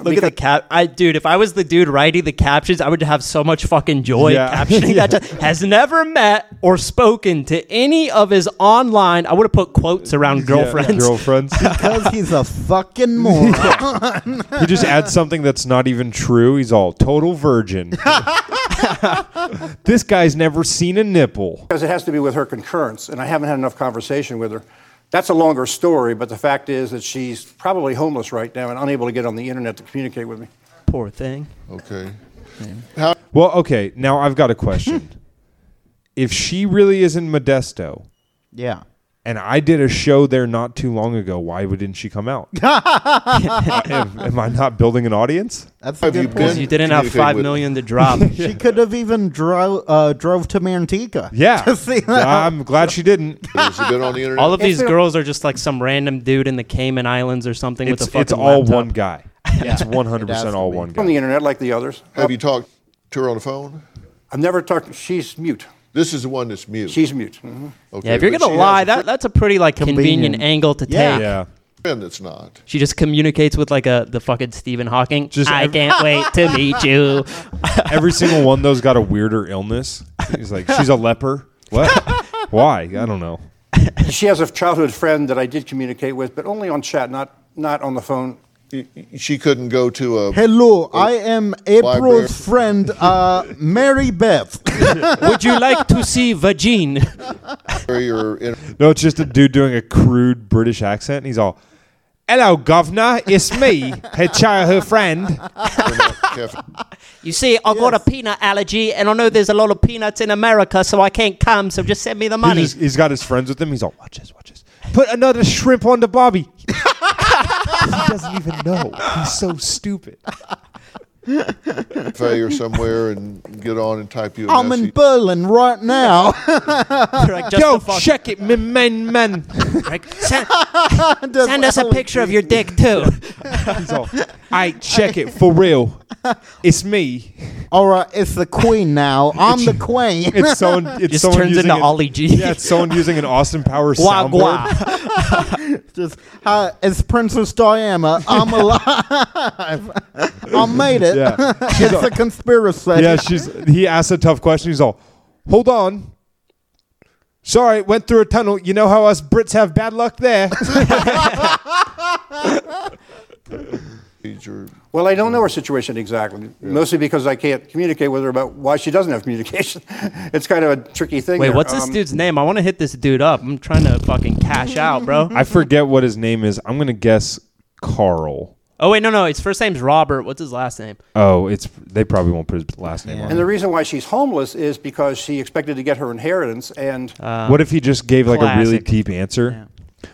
Speaker 3: Look at the cap. I dude, if I was the dude writing the captions, I would have so much fucking joy
Speaker 1: Yeah.
Speaker 3: captioning that. Has never met or spoken to any of his online. I would have put quotes around girlfriends.
Speaker 1: Yeah, girlfriends.
Speaker 2: Because he's a fucking moron.
Speaker 1: he just adds something that's not even true. He's all total virgin. this guy's never seen a nipple.
Speaker 6: Because it has to be with her concurrence, and I haven't had enough conversation with her. That's a longer story, but the fact is that she's probably homeless right now and unable to get on the internet to communicate with me.
Speaker 3: Poor thing.
Speaker 7: Okay.
Speaker 1: Well, okay. Now I've got a question. if she really is in Modesto,
Speaker 2: yeah.
Speaker 1: and I did a show there not too long ago, why wouldn't she come out? am, am I not building an audience?
Speaker 2: That's a
Speaker 7: Have you
Speaker 2: good point.
Speaker 7: been?
Speaker 3: You didn't have
Speaker 7: communicating
Speaker 3: five
Speaker 7: with-
Speaker 3: million to drop.
Speaker 2: She could have even drove uh, drove to Manteca.
Speaker 1: Yeah.
Speaker 2: To see
Speaker 1: I'm glad she didn't.
Speaker 7: Has he been on the internet?
Speaker 3: All of these girls are just like some random dude in the Cayman Islands or something
Speaker 1: It's,
Speaker 3: with a fucking
Speaker 1: it's all
Speaker 3: laptop.
Speaker 1: one guy. It's 100%
Speaker 2: It has to
Speaker 1: all
Speaker 2: be.
Speaker 1: one guy.
Speaker 6: On the internet, like the others.
Speaker 7: Have you talked to her on the phone?
Speaker 6: I've never talked. She's mute.
Speaker 7: This is the one that's mute.
Speaker 6: She's mute. Mhm.
Speaker 7: okay,
Speaker 3: Yeah, if you're
Speaker 7: but
Speaker 3: gonna
Speaker 7: she
Speaker 3: lie,
Speaker 7: has a
Speaker 3: that that's a pretty like convenient,
Speaker 2: Convenient.
Speaker 3: angle to
Speaker 2: Yeah.
Speaker 3: take.
Speaker 1: Yeah.
Speaker 7: friend that's not.
Speaker 3: She just communicates with like a the fucking Stephen Hawking.
Speaker 1: Just
Speaker 3: I
Speaker 1: ev-
Speaker 3: can't wait to meet you.
Speaker 1: Every single one of those got a weirder illness. He's like, she's a leper. What? Why? I don't know.
Speaker 6: She has a childhood friend that I did communicate with, but only on chat, not not on the phone.
Speaker 7: She couldn't go to a.
Speaker 2: Hello, I am April's
Speaker 7: Library.
Speaker 2: friend, uh, Mary Beth.
Speaker 3: Would you like to see Vagine?
Speaker 7: Or in,
Speaker 1: No, it's just a dude doing a crude British accent. And he's all, hello, governor. It's me, her childhood friend.
Speaker 7: cafe.
Speaker 3: You see, I got a peanut allergy, and I know there's a lot of peanuts in America, so I can't come. So just send me the
Speaker 1: He
Speaker 3: money.
Speaker 1: just- he's got his friends with him. He's all, watch this, watch this. Put another shrimp on the Bobby. he doesn't even know. He's so stupid.
Speaker 7: cafe or somewhere and get on and type you a
Speaker 2: I'm in
Speaker 7: message.
Speaker 2: Berlin right now.
Speaker 3: Like, just
Speaker 1: Yo,
Speaker 3: the fuck-
Speaker 1: check it, my man, man.
Speaker 3: like, send, send us a picture of your dick too.
Speaker 1: He's all, I check it for real. It's me.
Speaker 2: All right, it's the queen now. I'm the queen.
Speaker 1: It's someone. It's
Speaker 3: Just
Speaker 1: someone
Speaker 3: turns
Speaker 1: using
Speaker 3: into
Speaker 1: an-
Speaker 3: Ollie G.
Speaker 1: Yeah, it's someone using an Austin Powers
Speaker 3: Wah,
Speaker 1: soundboard.
Speaker 3: wah.
Speaker 2: Just uh, it's Princess Diana. I'm alive. I made it.
Speaker 1: Yeah. She's
Speaker 2: it's
Speaker 1: a-
Speaker 2: a conspiracy.
Speaker 1: yeah, she's. He asks a tough question. He's all, "Hold on." Sorry, went through a tunnel. You know how us Brits have bad luck there.
Speaker 7: Major-
Speaker 6: Well, I don't know her situation exactly, mostly because I can't communicate with her about why she doesn't have communication. it's kind of a tricky thing.
Speaker 3: Wait,
Speaker 6: there.
Speaker 3: what's this
Speaker 6: Um,
Speaker 3: dude's name? I want to hit this dude up. I'm trying to fucking cash out, bro.
Speaker 1: I forget what his name is. I'm gonna guess Carl.
Speaker 3: Oh wait, no, no. His first name's Robert. What's his last name?
Speaker 1: Oh, it's they probably won't put his last name
Speaker 6: And
Speaker 1: on.
Speaker 6: the reason why she's homeless is because she expected to get her inheritance, and
Speaker 3: Uh,
Speaker 1: what if he just gave like a really
Speaker 3: Classic.
Speaker 1: deep answer?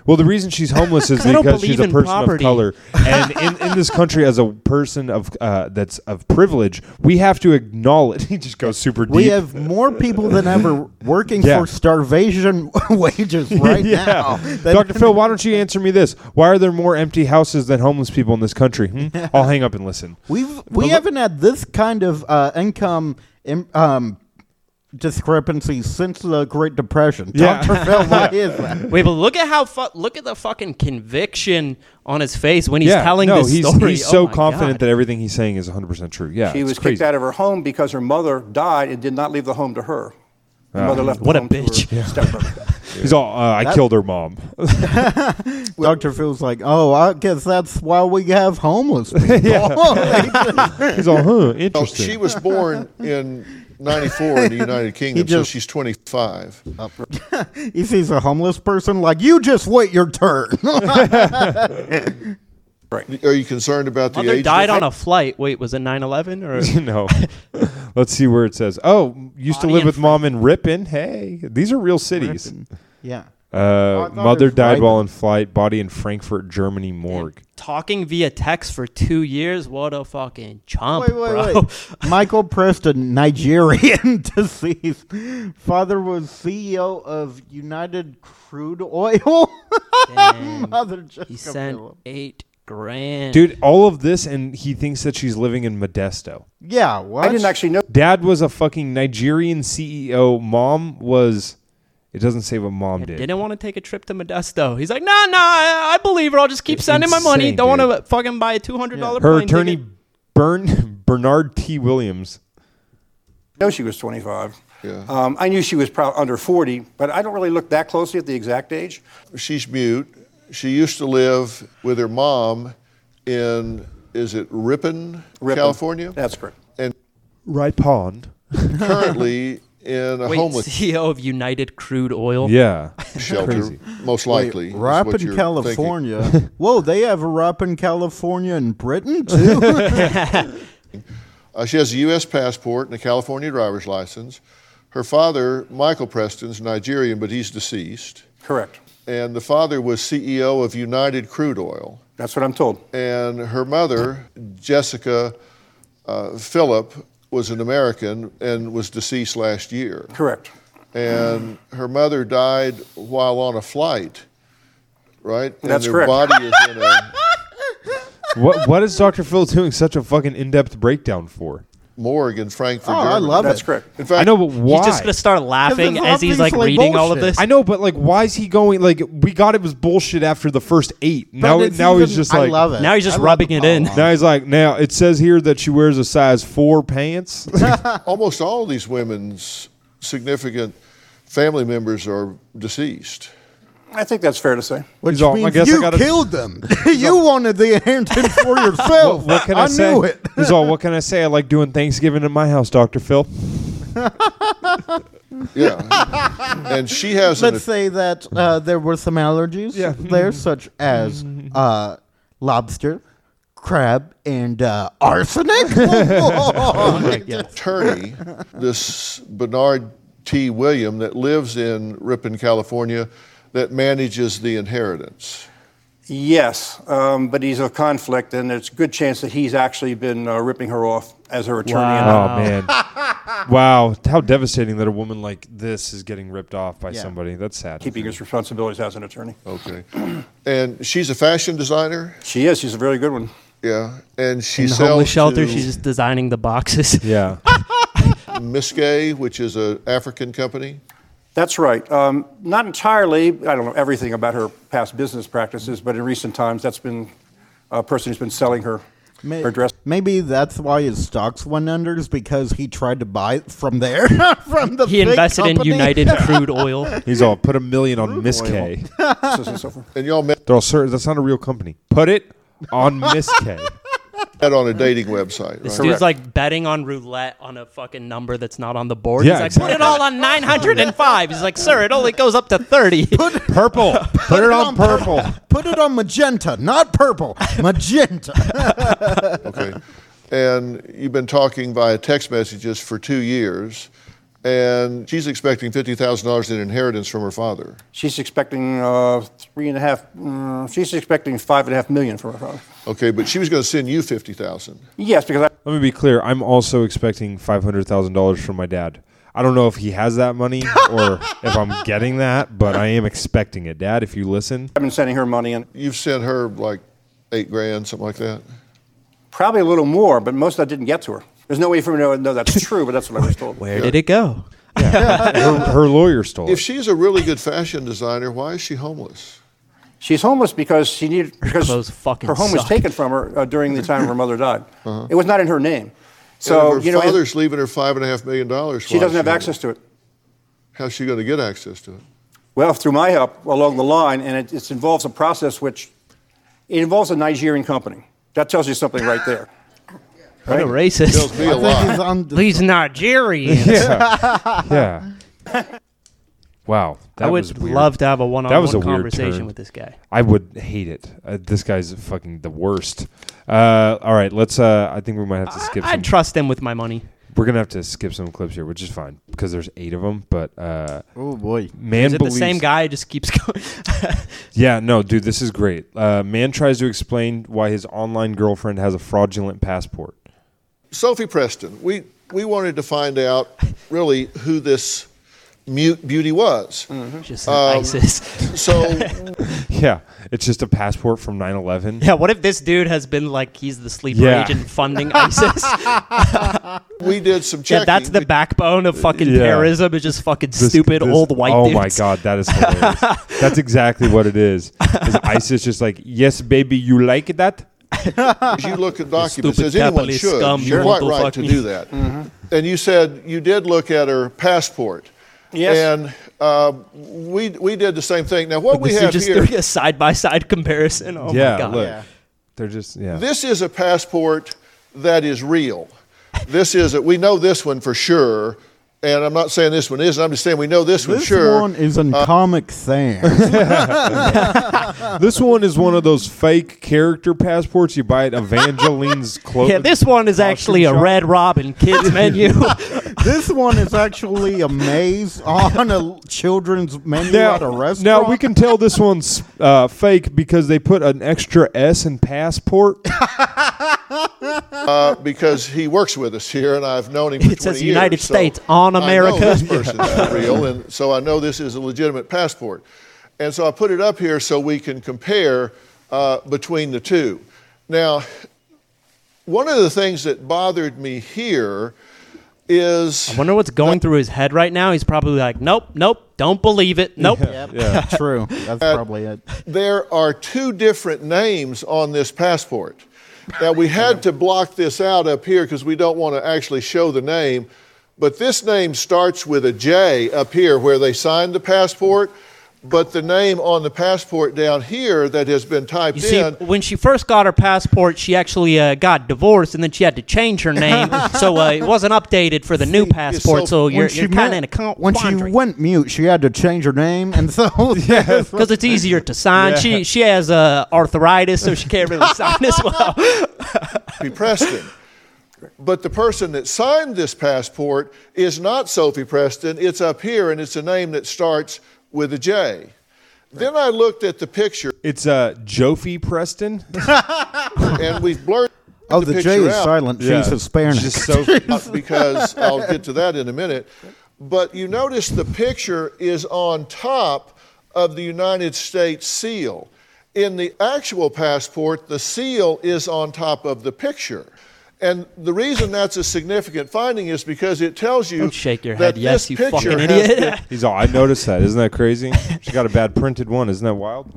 Speaker 1: Well, the reason she's homeless is
Speaker 3: I don't
Speaker 1: because she's
Speaker 3: believe
Speaker 1: a
Speaker 3: in
Speaker 1: person
Speaker 3: property.
Speaker 1: of color, and in, in this country, as a person of uh, that's of privilege, we have to acknowledge. He just goes super deep.
Speaker 2: We have more people than ever working
Speaker 1: Yeah.
Speaker 2: for starvation wages right now. They-
Speaker 1: Dr. Phil, why don't you answer me this? Why are there more empty houses than homeless people in this country? Hmm? I'll hang up and listen.
Speaker 2: We've we haven't had this kind of uh, income im- um, discrepancy since the Great Depression.
Speaker 1: Yeah.
Speaker 2: Dr. Phil, why is that?
Speaker 3: Wait, but look at how fu- look at the fucking conviction on his face when he's
Speaker 1: yeah,
Speaker 3: telling
Speaker 1: no,
Speaker 3: this
Speaker 1: he's,
Speaker 3: story.
Speaker 1: he's
Speaker 3: Oh
Speaker 1: so
Speaker 3: my
Speaker 1: confident
Speaker 3: God.
Speaker 1: that everything he's saying is 100% true. Yeah,
Speaker 6: she
Speaker 1: it's
Speaker 6: was kicked
Speaker 1: crazy.
Speaker 6: out of her home because her mother died and did not leave the home to her. Her mother left the
Speaker 3: Ah, what a
Speaker 6: home to her
Speaker 3: bitch.
Speaker 6: stepbrother.
Speaker 1: He's all, uh, I killed her mom.
Speaker 2: Dr. Phil's like, oh, I guess that's why we have homeless people.
Speaker 1: he's all, huh,
Speaker 7: Well,
Speaker 1: interesting.
Speaker 7: she was born in 94 in the United Kingdom, so
Speaker 2: just-
Speaker 7: she's 25.
Speaker 3: Oh,
Speaker 2: he sees a homeless person like, you just wait your turn.
Speaker 7: Are you concerned about the
Speaker 3: Mother
Speaker 7: age?
Speaker 3: died on
Speaker 7: difference?
Speaker 3: a flight. Wait, was it 9/11 or?
Speaker 1: no. Let's see where it says. Oh, used to
Speaker 3: Body
Speaker 1: live
Speaker 3: and
Speaker 1: with mom in Ripon. Hey, these are real cities.
Speaker 2: yeah.
Speaker 1: Uh,
Speaker 2: Oh, thought it
Speaker 1: mother
Speaker 2: was
Speaker 1: died
Speaker 2: Ripon.
Speaker 1: while in flight. Body in Frankfurt, Germany morgue.
Speaker 3: Talking via text for two years. What a fucking chump,
Speaker 2: Wait, wait,
Speaker 3: bro.
Speaker 2: wait. Michael Preston, Nigerian deceased. Father was CEO of United Crude Oil.
Speaker 3: Dang.
Speaker 2: Mother just
Speaker 3: He sent eight grand.
Speaker 1: Dude, all of this, and he thinks that she's living in Modesto.
Speaker 2: Yeah, what?
Speaker 6: I didn't actually know
Speaker 1: Dad was a fucking Nigerian CEO. Mom was. It doesn't say what mom did.
Speaker 3: Didn't want to take a trip to Modesto. He's like, nah, nah, I, I believe her. I'll just keep
Speaker 1: It's
Speaker 3: sending my money.
Speaker 1: insane,
Speaker 3: Don't
Speaker 1: dude.
Speaker 3: want to fucking buy a two hundred dollar.
Speaker 1: Her attorney, Bern, Bernard T. Williams.
Speaker 6: know she was 25.
Speaker 7: Yeah.
Speaker 6: Um, I knew she was probably under 40, but I don't really look that closely at the exact age.
Speaker 7: She's mute. She used to live with her mom in, is it Ripon,
Speaker 6: Ripon.
Speaker 7: California?
Speaker 6: That's correct.
Speaker 7: And
Speaker 1: Ripon.
Speaker 7: currently in a
Speaker 3: Wait,
Speaker 7: homeless
Speaker 3: CEO of United Crude Oil.
Speaker 1: Yeah.
Speaker 7: shelter,
Speaker 1: Crazy.
Speaker 7: most likely. is what
Speaker 2: Ripon,
Speaker 7: you're
Speaker 2: California. Whoa, they have a Ripon, California in Britain too.
Speaker 7: thinking. Uh, she has a U.S. passport and a California driver's license. Her father, Michael Preston, is Nigerian, but he's deceased.
Speaker 6: Correct.
Speaker 7: And the father was CEO of United Crude Oil.
Speaker 6: That's what I'm told.
Speaker 7: and her mother, Jessica uh, Phillip, was an American and was deceased last year.
Speaker 6: Correct.
Speaker 7: And her mother died while on a flight, right? And
Speaker 6: That's
Speaker 7: her
Speaker 6: correct.
Speaker 7: body is in a
Speaker 1: what What is Dr. Phil doing such a fucking in depth breakdown for?
Speaker 7: morgue in Frankfurt.
Speaker 2: Oh, I
Speaker 7: Germany.
Speaker 2: love it.
Speaker 6: That's correct.
Speaker 7: In
Speaker 1: I
Speaker 7: fact,
Speaker 1: know, but why?
Speaker 3: He's just gonna start laughing
Speaker 2: it's
Speaker 3: as he's like
Speaker 2: obviously
Speaker 3: reading all of
Speaker 2: bullshit.
Speaker 3: this.
Speaker 1: I know, but like, why is he going? Like, we got it was bullshit after the first eight. Now,
Speaker 2: But it's
Speaker 1: now he's
Speaker 2: even-
Speaker 1: just
Speaker 2: I
Speaker 1: like,
Speaker 2: love it.
Speaker 3: now he's just
Speaker 2: I love
Speaker 3: rubbing
Speaker 2: the
Speaker 3: it in.
Speaker 2: poem.
Speaker 1: now he's like, now it says here that she wears a size four pants.
Speaker 7: almost all these women's significant family members are deceased.
Speaker 6: I think that's fair to say.
Speaker 2: Which
Speaker 1: He's all,
Speaker 2: means
Speaker 1: I guess I
Speaker 2: you
Speaker 1: gotta-
Speaker 2: killed them. you wanted the inheritance for yourself.
Speaker 1: What can I, say?
Speaker 2: knew it.
Speaker 1: He's all, what can I say? I like doing Thanksgiving at my house, Doctor Phil.
Speaker 7: Yeah. and she has an
Speaker 2: Let's say that uh, there were some allergies
Speaker 1: Yeah. Mm-hmm.
Speaker 2: there, such as uh, lobster, crab, and uh, arsenic. Oh
Speaker 7: attorney, this Bernard T. William, that lives in Ripon, California, that manages the inheritance.
Speaker 6: Yes, um, but he's a conflict, and there's a good chance that he's actually been uh, ripping her off as her attorney.
Speaker 1: Oh man, wow! How devastating that a woman like this is getting ripped off by
Speaker 2: Yeah.
Speaker 1: somebody. That's sad.
Speaker 6: keeping his responsibilities as an attorney.
Speaker 7: Okay. And she's a fashion designer.
Speaker 6: She is. She's a very good one.
Speaker 7: Yeah, and she
Speaker 3: In the
Speaker 7: sells
Speaker 3: homeless shelter,
Speaker 7: to
Speaker 3: she's just designing the boxes.
Speaker 1: Yeah.
Speaker 7: Miskay, which is an African company.
Speaker 8: That's right. Um, not entirely. I don't know everything about her past business practices, but in recent times, that's been a person who's been selling her
Speaker 2: May-
Speaker 8: her dress.
Speaker 2: Maybe that's why his stocks went under is because he tried to buy it from there, from the
Speaker 3: He
Speaker 2: big
Speaker 3: invested in
Speaker 2: company.
Speaker 3: United Crude Oil.
Speaker 1: He's all put a million on Miss K.
Speaker 8: and so forth.
Speaker 7: And y'all met
Speaker 1: They're all, sir, that's not a real company. Put it on Miss K.
Speaker 7: on a dating website,
Speaker 3: This
Speaker 7: right?
Speaker 3: dude's like betting on roulette on a fucking number that's not on the board.
Speaker 1: Yeah,
Speaker 3: He's like,
Speaker 1: exactly.
Speaker 3: put it all on 905. He's like, sir, it only goes up to 30.
Speaker 1: Purple. Put it on purple.
Speaker 2: Put it on magenta, not purple. Magenta.
Speaker 7: Okay. And you've been talking via text messages for two years, and she's expecting $50,000 in inheritance from her father.
Speaker 8: She's expecting uh, three and a half. mm, she's expecting five and a half million from her father.
Speaker 7: Okay, but she was going to send you 50000
Speaker 8: Yes, because I,
Speaker 1: Let me be clear. I'm also expecting five hundred thousand dollars from my dad. I don't know if he has that money or if I'm getting that, but I am expecting it, Dad. If you listen,
Speaker 8: I've been sending her money and
Speaker 7: You've sent her like eight grand, something like that.
Speaker 8: probably a little more, but most of that didn't get to her. There's no way for me to know that's true, but that's what I was told.
Speaker 3: Where did it go?
Speaker 1: her, her lawyer stole
Speaker 7: If
Speaker 1: it.
Speaker 7: she's a really good fashion designer, why is she homeless?
Speaker 8: She's homeless because she needed because
Speaker 3: clothes fucking
Speaker 8: her home was
Speaker 3: suck.
Speaker 8: taken from her uh, during the time her mother died.
Speaker 6: Uh-huh.
Speaker 8: It was not in her name,
Speaker 7: So
Speaker 8: so
Speaker 7: and her
Speaker 8: you know it-
Speaker 7: father's leaving her five and a half million dollars.
Speaker 8: she
Speaker 7: why is
Speaker 8: doesn't have access to it.
Speaker 7: How's she going to get access to it?
Speaker 8: Well, through my help along the line, and it, it involves a process which it involves a Nigerian company. That tells you something right there.
Speaker 3: What a
Speaker 7: Tells
Speaker 3: racist.
Speaker 7: me a
Speaker 2: He's
Speaker 7: lot.
Speaker 2: on the-
Speaker 3: These Nigerians.
Speaker 1: Yeah. yeah. Wow. That
Speaker 3: I
Speaker 1: was
Speaker 3: would
Speaker 1: weird.
Speaker 3: love to have a
Speaker 1: That was a weird
Speaker 3: one-on-one
Speaker 1: turn.
Speaker 3: conversation with this guy.
Speaker 1: I would hate it. Uh, this guy's fucking the worst. Uh, all right, let's. Uh, I think we might have to skip.
Speaker 3: I,
Speaker 1: some,
Speaker 3: would trust him with my money.
Speaker 1: we're gonna have to skip some clips here, which is fine because there's eight of them. But uh,
Speaker 2: oh boy.
Speaker 1: man,
Speaker 3: Is it the
Speaker 1: believes,
Speaker 3: same guy just keeps going?
Speaker 1: Yeah, no, dude, this is great. Uh, man tries to explain why his online girlfriend has a fraudulent passport.
Speaker 7: Sophie Preston, we, we wanted to find out really who this mute beauty was.
Speaker 8: Mm-hmm.
Speaker 3: just
Speaker 1: Um,
Speaker 3: an ISIS.
Speaker 7: So
Speaker 1: Yeah, it's just a passport from 9/11.
Speaker 3: Yeah, what if this dude has been like he's the sleeper
Speaker 1: Yeah.
Speaker 3: agent funding ISIS?
Speaker 7: we did some checking.
Speaker 3: yeah, that's the
Speaker 7: We-
Speaker 3: backbone of fucking
Speaker 1: Yeah.
Speaker 3: terrorism. Is just fucking
Speaker 1: This-
Speaker 3: stupid
Speaker 1: this-
Speaker 3: old white
Speaker 1: Oh
Speaker 3: dudes.
Speaker 1: my god, that is hilarious. that's exactly what it is. Is ISIS just like, yes, baby, you like that?
Speaker 3: Oh
Speaker 7: As you look at documents,
Speaker 3: Stupid
Speaker 7: as anyone
Speaker 3: capitalist
Speaker 7: should,
Speaker 3: scum,
Speaker 7: you're
Speaker 3: you
Speaker 7: quite
Speaker 3: little
Speaker 7: right
Speaker 3: fuck
Speaker 7: to
Speaker 3: me.
Speaker 7: do that. And you said you did look at her passport.
Speaker 8: Yes.
Speaker 7: And uh, we we did the same thing. Now what we
Speaker 3: This is
Speaker 7: have
Speaker 3: just
Speaker 7: here,
Speaker 3: doing a side by side comparison. Oh my
Speaker 1: yeah,
Speaker 3: god.
Speaker 1: look, they're just yeah.
Speaker 7: this is a passport that is real. This is it. We know this one for sure. And I'm not saying this one isn't. I'm just saying we know this, one
Speaker 2: This
Speaker 7: sure.
Speaker 2: one is in Comic Sans.
Speaker 1: this one is one of those fake character passports you buy at Evangeline's clothes.
Speaker 3: Yeah, this one is actually a Red Robin kids menu.
Speaker 2: this one is actually a maze on a children's menu
Speaker 1: Now,
Speaker 2: at a restaurant.
Speaker 1: now we can tell this one's uh, fake because they put an extra S in passport.
Speaker 7: uh, because he works with us here, and I've known him. For
Speaker 3: It says
Speaker 7: 20
Speaker 3: United
Speaker 7: years, so
Speaker 3: States on
Speaker 7: I
Speaker 3: America.
Speaker 7: know this person's real, and so I know this is a legitimate passport, and so I put it up here so we can compare uh, between the two. Now, one of the things that bothered me here is
Speaker 3: Wonder what's going through his head right now. He's probably like, nope, nope, don't believe it. Nope.
Speaker 1: yeah.
Speaker 2: True. That's probably it.
Speaker 7: there are two different names on this passport. Now, we had to block this out up here because we don't want to actually show the name, but this name starts with a J up here where they signed the passport, but the name on the passport down here that has been typed
Speaker 3: You see,
Speaker 7: in.
Speaker 3: when she first got her passport, she actually uh, got divorced, and then she had to change her name, so uh, it wasn't updated for the new passport.
Speaker 7: so-
Speaker 3: So you're,
Speaker 2: she
Speaker 3: you're kind
Speaker 2: met-
Speaker 3: of in a con-
Speaker 2: when she went mute, she had to change her name, and so yeah,
Speaker 3: because it's easier to sign. She she has uh, arthritis, so she can't really sign as well.
Speaker 7: Sophie Preston. But the person that signed this passport is not Sophie Preston. It's up here, and it's a name that starts with a J. Then I looked at the picture,
Speaker 1: It's uh, Jofi Preston.
Speaker 7: and we've blurred.
Speaker 2: oh, the, J
Speaker 7: picture
Speaker 2: is
Speaker 7: out.
Speaker 2: silent. She's Hispanic.
Speaker 1: She's so
Speaker 7: out because I'll get to that in a minute. But you notice the picture is on top of the United States seal. In the actual passport, the seal is on top of the picture. And the reason that's a significant finding is because it tells you
Speaker 3: Don't shake your
Speaker 7: that
Speaker 3: head. Yes,
Speaker 7: this
Speaker 3: you
Speaker 7: picture
Speaker 3: fucking
Speaker 7: has
Speaker 3: idiot.
Speaker 7: been
Speaker 1: He's all. I noticed that. Isn't that crazy? She got a bad printed one. Isn't that wild?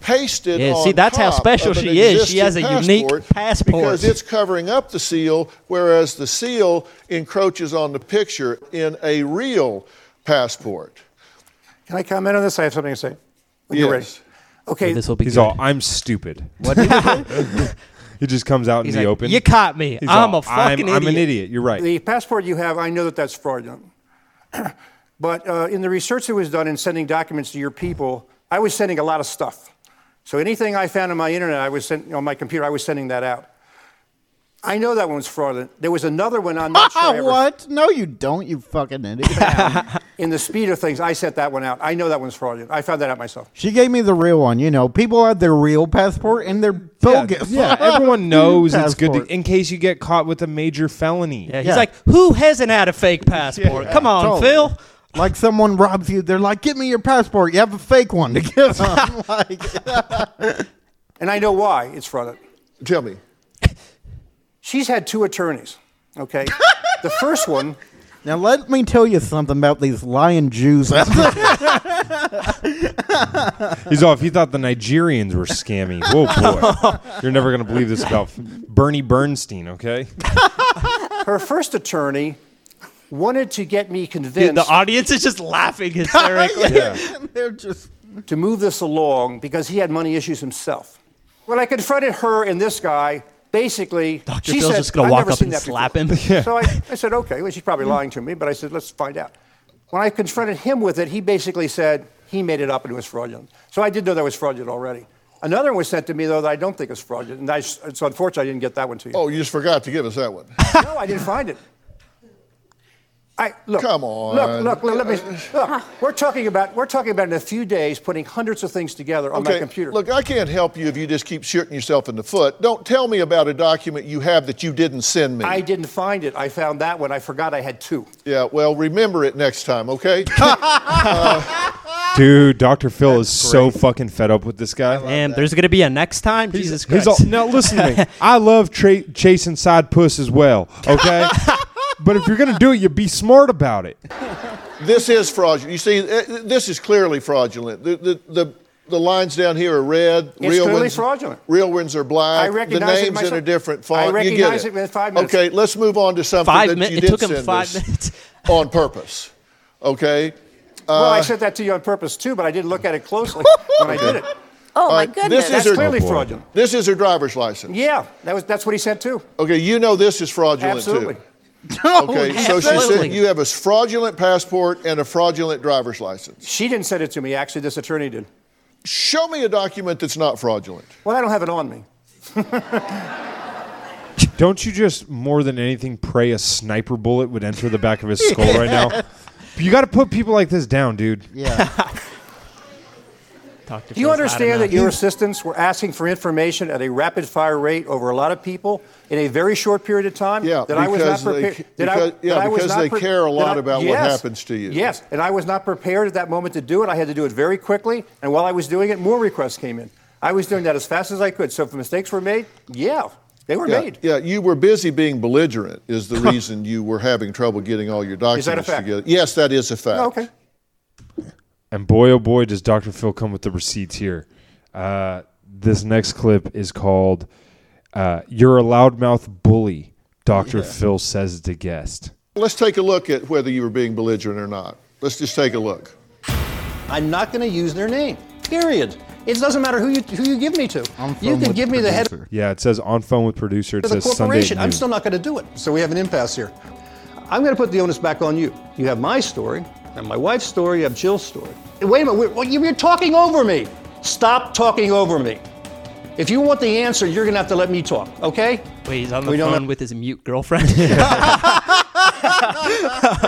Speaker 7: pasted
Speaker 3: Yeah,
Speaker 7: on
Speaker 3: see, that's how
Speaker 7: top
Speaker 3: special
Speaker 7: of an
Speaker 3: she is. She
Speaker 7: existing
Speaker 3: has a unique passport.
Speaker 7: because it's covering up the seal whereas the seal encroaches on the picture in a real passport
Speaker 6: Can I comment on this? I have something to say. You're ready.
Speaker 7: Yes.
Speaker 6: Okay.
Speaker 3: This will be
Speaker 1: He's
Speaker 3: good.
Speaker 1: all. I'm stupid. What? he just comes out
Speaker 3: He's
Speaker 1: in the
Speaker 3: like,
Speaker 1: open.
Speaker 3: You caught me.
Speaker 1: He's
Speaker 3: I'm
Speaker 1: all,
Speaker 3: a fucking
Speaker 1: I'm,
Speaker 3: idiot.
Speaker 1: I'm an idiot. You're right.
Speaker 6: The passport you have, I know that that's fraudulent. but uh, in the research that was done in sending documents to your people, I was sending a lot of stuff. So anything I found on my internet, I was sent, on my computer, I was sending that out. I know that one was fraudulent. There was another one I'm not sure I ever
Speaker 2: what? No, you don't, you fucking idiot.
Speaker 6: found. In the speed of things, I sent that one out. I know that one's fraudulent. I found that out myself.
Speaker 2: she gave me the real one. You know, people have their real passport and their bogus.
Speaker 1: Yeah, everyone knows it's good to,
Speaker 2: Passport.
Speaker 1: in case you get caught with a major felony.
Speaker 3: Yeah, he's
Speaker 2: Yeah.
Speaker 3: like, who hasn't had a fake passport? Come on,
Speaker 2: Totally.
Speaker 3: Phil.
Speaker 2: Like someone robs you, they're like, "Give me your passport." You have a fake one to give them. like,
Speaker 6: And I know why it's fraudulent.
Speaker 7: tell me
Speaker 6: She's had two attorneys, okay? the first one
Speaker 2: now let me tell you something about these lying Jews. out there.
Speaker 1: He's all, if you thought the Nigerians were scammy, whoa, boy. You're never going to believe this about Bernie Bernstein, okay?
Speaker 6: her first attorney wanted to get me convinced
Speaker 3: Dude, the audience is just laughing hysterically.
Speaker 2: they're just
Speaker 6: to move this along because he had money issues himself. When I confronted her and this guy, basically,
Speaker 3: Dr.
Speaker 6: she
Speaker 3: Phil's
Speaker 6: said,
Speaker 3: just gonna
Speaker 6: "I've
Speaker 3: walk
Speaker 6: never
Speaker 3: up
Speaker 6: seen
Speaker 3: and
Speaker 6: that before."
Speaker 3: slap him. Hmm.
Speaker 6: So I, I said, okay, well, she's probably lying to me, but I said, let's find out. When I confronted him with it, he basically said he made it up and it was fraudulent. So I did know that was fraudulent already. Another one was sent to me, though, that I don't think is fraudulent. And I, so unfortunately, I didn't get that one to you.
Speaker 7: oh you just forgot to give us that one
Speaker 6: No, I didn't find it. I, look,
Speaker 7: Come on.
Speaker 6: Look, look, let me. Look, we're talking about we're talking about in a few days putting hundreds of things together on my computer.
Speaker 7: look i can't help you if you just keep shooting yourself in the foot don't tell me about a document you have that you didn't send me
Speaker 6: I didn't find it. I found that one. I forgot I had two.
Speaker 7: yeah well remember it next time okay
Speaker 1: Dude, Dr. Phil is so fucking fed up with this guy.
Speaker 3: Damn, there's gonna be a next time. Jesus
Speaker 1: He's
Speaker 3: Christ.
Speaker 1: all, now listen to me. I love tra- chasing side puss as well, okay? but if you're going to do it, you be smart about it.
Speaker 7: This is fraudulent. You see, eh, this is clearly fraudulent. The, the, the, the lines down here are red.
Speaker 6: It's clearly fraudulent.
Speaker 7: Real ones are black.
Speaker 6: I recognize it
Speaker 7: the names in a
Speaker 6: myself.
Speaker 7: different
Speaker 6: I
Speaker 7: font. you get
Speaker 6: recognize it within five minutes.
Speaker 7: Okay, let's move on to something
Speaker 3: Five
Speaker 7: that
Speaker 3: min-
Speaker 7: you
Speaker 3: it
Speaker 7: did
Speaker 3: took him
Speaker 7: send
Speaker 3: five
Speaker 7: us
Speaker 3: minutes.
Speaker 7: on purpose. Okay.
Speaker 6: well, I sent that to you on purpose too, but I didn't look at it closely when I did it.
Speaker 5: Oh, my
Speaker 7: right, this
Speaker 5: goodness.
Speaker 7: is
Speaker 6: That's
Speaker 7: your-
Speaker 6: clearly
Speaker 1: Oh, boy.
Speaker 6: fraudulent.
Speaker 7: This is her driver's license.
Speaker 6: Yeah, that was that's what he sent too.
Speaker 7: Okay, you know this is fraudulent
Speaker 6: Absolutely.
Speaker 7: too. Okay, so she said
Speaker 3: absolutely.
Speaker 7: you have a fraudulent passport and a fraudulent driver's license.
Speaker 6: She didn't send it to me. Actually, this attorney did.
Speaker 7: Show me a document that's not fraudulent.
Speaker 6: Well, I don't have it on me.
Speaker 1: Don't you just more than anything pray a sniper bullet would enter the back of his skull right now? You got to put people like this down, dude.
Speaker 2: yeah.
Speaker 3: Dr.
Speaker 6: Do you
Speaker 3: Phil's out of
Speaker 6: understand that
Speaker 3: now.
Speaker 6: your assistants were asking for information at a rapid fire rate over a lot of people in a very short period of time?
Speaker 7: Yeah,
Speaker 6: that I was not
Speaker 7: because they
Speaker 6: prepared.
Speaker 7: ca-
Speaker 6: that I-
Speaker 7: because- yeah,
Speaker 6: that I was
Speaker 7: because
Speaker 6: not
Speaker 7: they
Speaker 6: pre-
Speaker 7: care a
Speaker 6: that
Speaker 7: lot
Speaker 6: I-
Speaker 7: about what
Speaker 6: yes,
Speaker 7: happens to you.
Speaker 6: Yes, and I was not prepared at that moment to do it. I had to do it very quickly, and while I was doing it, more requests came in. I was doing that as fast as I could. So if mistakes were made, yeah, they were
Speaker 7: Yeah,
Speaker 6: made.
Speaker 7: yeah, you were busy being belligerent is the reason you were having trouble getting all your documents
Speaker 6: that a fact?
Speaker 7: together. Yes, that is a fact.
Speaker 6: Oh, Okay.
Speaker 1: And boy, oh boy, does Dr. Phil come with the receipts here. Uh, this next clip is called uh, You're a Loudmouth Bully, Dr. Phil Says to Guest.
Speaker 7: Let's take a look at whether you were being belligerent or not. Let's just take a look.
Speaker 6: I'm not going to use their name. Period. It doesn't matter who you who you give me to. You
Speaker 2: Phone
Speaker 6: can
Speaker 2: with
Speaker 6: give me the head.
Speaker 2: producer.
Speaker 1: Yeah, it says on phone with producer. It
Speaker 6: to the
Speaker 1: says Sunday. at
Speaker 6: corporation. I'm
Speaker 1: noon.
Speaker 6: still not going to do it. So we have an impasse here. I'm going to put the onus back on you. You have my story, and my wife's story, you have Jill's story. And Wait a minute, wait- well, you- you're talking over me. Stop talking over me. If you want the answer, you're going to have to let me talk, okay?
Speaker 3: Wait, he's on the
Speaker 6: We don't
Speaker 3: phone
Speaker 6: have-
Speaker 3: with his mute girlfriend.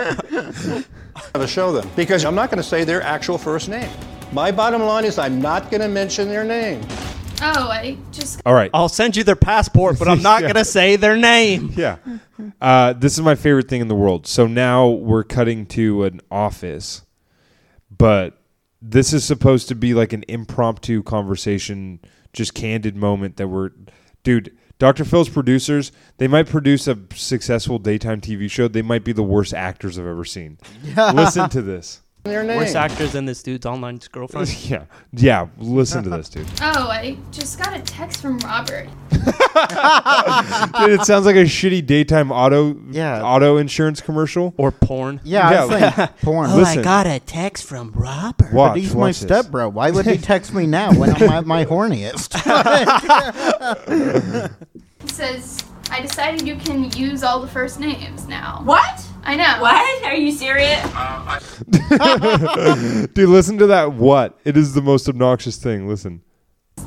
Speaker 6: I'm going to show them because I'm not going to say their actual first name. My bottom line is I'm not going to mention their name.
Speaker 9: Oh, I just
Speaker 1: All right.
Speaker 3: I'll send you their passport, but I'm not
Speaker 1: Yeah.
Speaker 3: gonna say their name.
Speaker 1: Yeah. Uh, this is my favorite thing in the world. So now we're cutting to an office, but this is supposed to be like an impromptu conversation, just candid moment that we're, dude. Dr. Phil's producers, they might produce a successful daytime TV show. They might be the worst actors I've ever seen. listen to this.
Speaker 6: Their name.
Speaker 3: Worst actors in this dude's online girlfriend.
Speaker 1: Yeah. Yeah. Listen to this, dude.
Speaker 10: Oh, I just got a text from Robert.
Speaker 1: Dude, it sounds like a shitty daytime auto
Speaker 2: Yeah.
Speaker 1: auto insurance commercial.
Speaker 3: Or porn.
Speaker 2: Yeah, I
Speaker 1: Yeah,
Speaker 2: was saying porn.
Speaker 6: Oh,
Speaker 1: Listen,
Speaker 3: a text from Robert.
Speaker 1: watch,
Speaker 2: Oh He's my
Speaker 1: watch this.
Speaker 2: stepbro. Why would he text me now when I'm at my horniest?
Speaker 10: He says, I decided you can use all the first names now.
Speaker 11: What?
Speaker 10: I know.
Speaker 11: What? Are you serious?
Speaker 1: Dude, listen to that. What? It is the most obnoxious thing. Listen,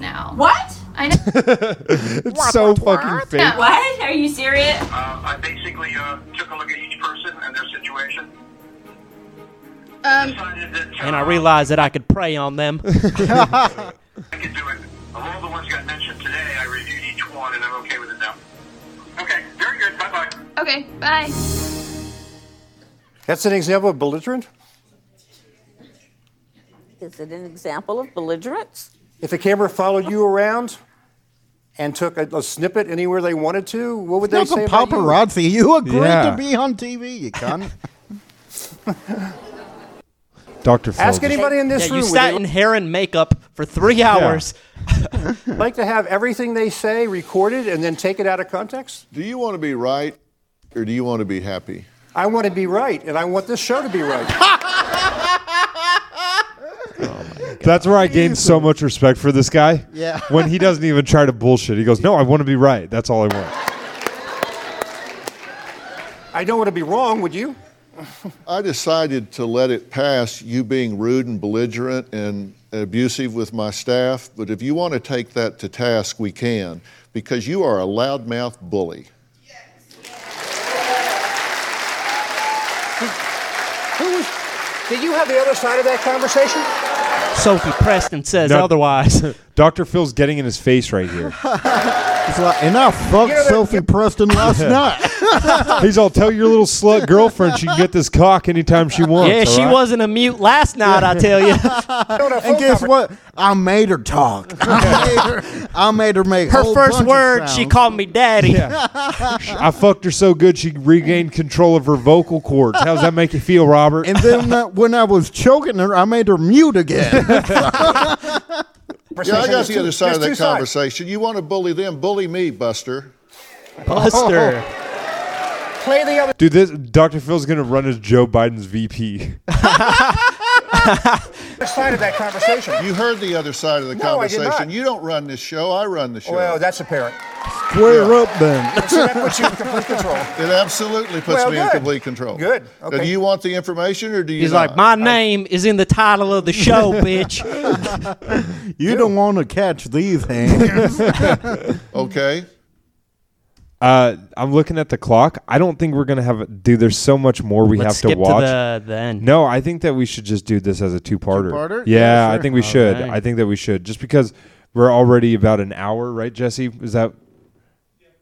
Speaker 10: Now.
Speaker 11: What?
Speaker 10: I know.
Speaker 1: it's so fucking fake.
Speaker 11: What? Are you serious?
Speaker 12: I basically uh, took a look at each person and their situation.
Speaker 10: Um,
Speaker 12: Decided that
Speaker 3: And I realized that I could prey on them.
Speaker 12: I could do it. Of all the ones got mentioned today, I reviewed each one and I'm okay with it now. Okay, very good. Bye bye.
Speaker 10: okay, bye.
Speaker 8: That's an example of belligerent.
Speaker 5: Is it an example of belligerence?
Speaker 8: If the camera followed you around and took a, a snippet anywhere they wanted to, what would they
Speaker 2: Look,
Speaker 8: say
Speaker 2: a
Speaker 8: about you?
Speaker 2: paparazzi. You, agree
Speaker 1: Yeah.
Speaker 2: to be on TV, you cunt.
Speaker 1: Dr. Phil.
Speaker 8: Ask
Speaker 1: just-
Speaker 8: anybody in this
Speaker 3: yeah, you
Speaker 8: room. would
Speaker 3: sat
Speaker 8: they
Speaker 3: in hair and makeup for three hours.
Speaker 8: like to have everything they say recorded and then take it out of context?
Speaker 7: Do you want to be right or do you want to be happy?
Speaker 8: I want to be right, and I want this show to be right.
Speaker 1: That's where I gained so much respect for this guy.
Speaker 2: Yeah.
Speaker 1: when he doesn't even try to bullshit, he goes, "No, I want to be right. That's all I want."
Speaker 8: I don't want to be wrong, would you?
Speaker 7: I decided to let it pass you being rude and belligerent and abusive with my staff, but if you want to take that to task, we can, because you are a loudmouth bully.
Speaker 8: Who was, did you have the other side of that conversation?
Speaker 3: Sophie Preston says
Speaker 1: No.
Speaker 3: otherwise.
Speaker 1: Dr. Phil's getting in his face right here.
Speaker 2: It's like, and I fucked
Speaker 8: Yeah, that-
Speaker 2: Sophie Preston last night.
Speaker 1: He's all, "Tell your little slut girlfriend she can get this cock anytime she wants."
Speaker 3: yeah,
Speaker 1: all
Speaker 3: she
Speaker 1: right?"
Speaker 3: wasn't a mute last night, I tell you.
Speaker 2: And guess what? I made her talk. I made her, I made her make
Speaker 3: Her
Speaker 2: whole
Speaker 3: first
Speaker 2: bunch of
Speaker 3: word, she
Speaker 2: sounds.
Speaker 3: called me daddy.
Speaker 1: I fucked her so good she regained control of her vocal cords. How does that make you feel, Robert?
Speaker 2: And then uh, when I was choking her, I made her mute again.
Speaker 7: Yeah, I got the other side
Speaker 8: There's
Speaker 7: of that
Speaker 8: two sides.
Speaker 7: conversation. You want to bully them, bully me, Buster.
Speaker 3: Buster.
Speaker 8: Play the other.
Speaker 1: Dude, this Dr. Phil's gonna run as Joe Biden's VP.
Speaker 8: side of that conversation.
Speaker 7: You heard the other side of the
Speaker 8: No, I did
Speaker 7: conversation.
Speaker 8: not.
Speaker 7: You don't run this show, I run the show.
Speaker 8: Well, that's apparent.
Speaker 2: Square up then.
Speaker 8: So that puts you in complete control.
Speaker 7: it absolutely puts
Speaker 8: Well,
Speaker 7: me in
Speaker 8: good.
Speaker 7: complete control.
Speaker 8: Good,
Speaker 7: Now,
Speaker 8: okay.
Speaker 7: do you want the information or do you
Speaker 3: He's
Speaker 7: not?
Speaker 3: like, my name is in the title of the show, bitch.
Speaker 2: You don't want to catch these hands.
Speaker 7: Okay.
Speaker 1: Uh, I'm looking at the clock. I don't think we're gonna have. A, dude, there's so much more we
Speaker 3: Let's
Speaker 1: have to
Speaker 3: skip
Speaker 1: watch.
Speaker 3: to the, the end.
Speaker 1: no, I think that we should just do this as a two-parter.
Speaker 2: Two-parter?
Speaker 1: Yeah,
Speaker 2: Yeah,
Speaker 1: I
Speaker 2: sure.
Speaker 1: think we should.
Speaker 3: Okay.
Speaker 1: I think that we should just because we're already about an hour, right, Jesse? Is that?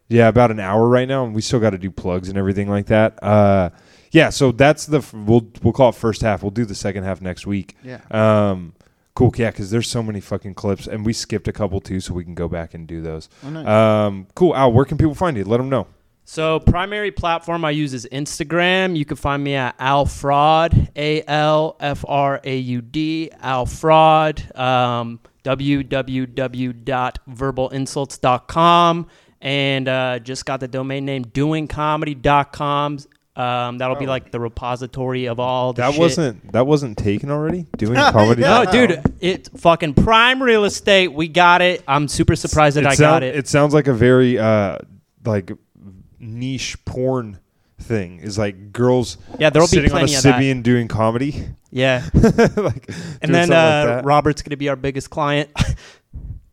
Speaker 1: Yeah, about an hour right now, and we still got to do plugs and everything like that. Uh, yeah, so that's the f- we'll we'll call it first half. We'll do the second half next week.
Speaker 2: Yeah.
Speaker 1: Um, cool. Yeah, because there's so many fucking clips, and we skipped a couple too, so we can go back and do those.
Speaker 2: Oh,
Speaker 1: Um, cool. Al, where can people find you? Let them know.
Speaker 3: So primary platform I use is Instagram. You can find me at Alfraud, A L F R A U D, Alfraud. Um, www.verbalinsults.com and uh, just got the domain name doingcomedy.com. Um, that'll be like the repository of all the
Speaker 1: Oh. That
Speaker 3: shit.
Speaker 1: wasn't that wasn't taken already. Doing comedy.
Speaker 3: No, dude, it's fucking prime real estate. We got it. I'm super surprised that I
Speaker 1: sound-
Speaker 3: got it.
Speaker 1: It sounds like a very uh, like niche porn thing. Is like girls.
Speaker 3: Yeah, there'll be
Speaker 1: sitting on a
Speaker 3: plenty of that.
Speaker 1: Sibian doing comedy.
Speaker 3: yeah.
Speaker 1: like,
Speaker 3: And then uh, Robert's going to be our biggest client.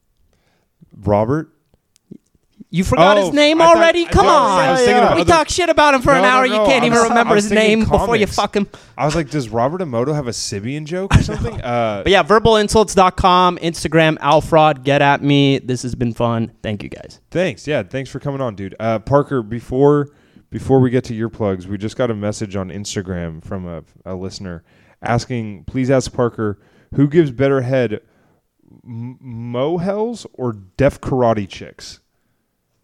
Speaker 1: Robert.
Speaker 3: You forgot
Speaker 1: Oh,
Speaker 3: his name
Speaker 1: I thought-
Speaker 3: already?
Speaker 1: I
Speaker 3: Come
Speaker 1: thought-
Speaker 3: on.
Speaker 1: I was thinking about
Speaker 3: we
Speaker 1: other-
Speaker 3: talk shit about him for an
Speaker 1: No, no,
Speaker 3: hour.
Speaker 1: no,
Speaker 3: you can't
Speaker 1: I
Speaker 3: even
Speaker 1: was- I
Speaker 3: remember
Speaker 1: was
Speaker 3: his
Speaker 1: thinking
Speaker 3: name before you
Speaker 1: comics.
Speaker 3: fuck him.
Speaker 1: I was like, does Robert Emoto have a Sibian joke or something? Uh,
Speaker 3: But yeah, verbalinsults.com, Instagram, Alfraud, get at me. This has been fun. Thank you guys.
Speaker 1: Thanks. Yeah, thanks for coming on, dude. Uh, Parker, before before we get to your plugs, we just got a message on Instagram from a, a listener asking, please ask Parker Who gives better head, M- Mohels or deaf karate chicks?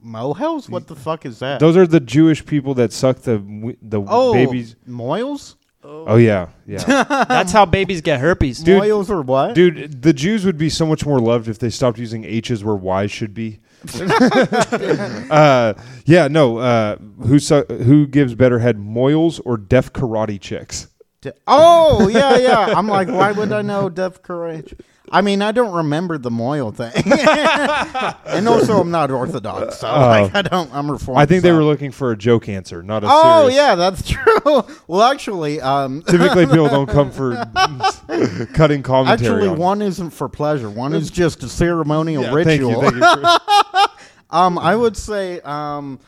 Speaker 2: Mohels? What the fuck is that?
Speaker 1: Those are the Jewish people that suck the w- the
Speaker 2: oh,
Speaker 1: babies.
Speaker 2: Moyles?
Speaker 1: Oh yeah, yeah.
Speaker 3: That's how babies get herpes.
Speaker 1: Dude,
Speaker 2: Moyles or what?
Speaker 1: Dude, the Jews would be so much more loved if they stopped using H's where Y's should be. uh, yeah, no. Uh, who su- who gives better head, Moyles or deaf karate chicks?
Speaker 2: D- Oh yeah, yeah. I'm like, why would I know Deaf Courage? I mean, I don't remember the Moyle thing, and also I'm not Orthodox, so like,
Speaker 1: Oh.
Speaker 2: I don't. I'm Reformed.
Speaker 1: I think they
Speaker 2: so-
Speaker 1: were looking for a joke answer, not a
Speaker 2: Oh
Speaker 1: serious.
Speaker 2: yeah, that's true. well, actually, um,
Speaker 1: Typically, people don't come for cutting commentary.
Speaker 2: actually,
Speaker 1: on-
Speaker 2: one isn't for pleasure. One is just a ceremonial
Speaker 1: Yeah, thank you,
Speaker 2: ritual.
Speaker 1: thank you
Speaker 2: um, I would say, um,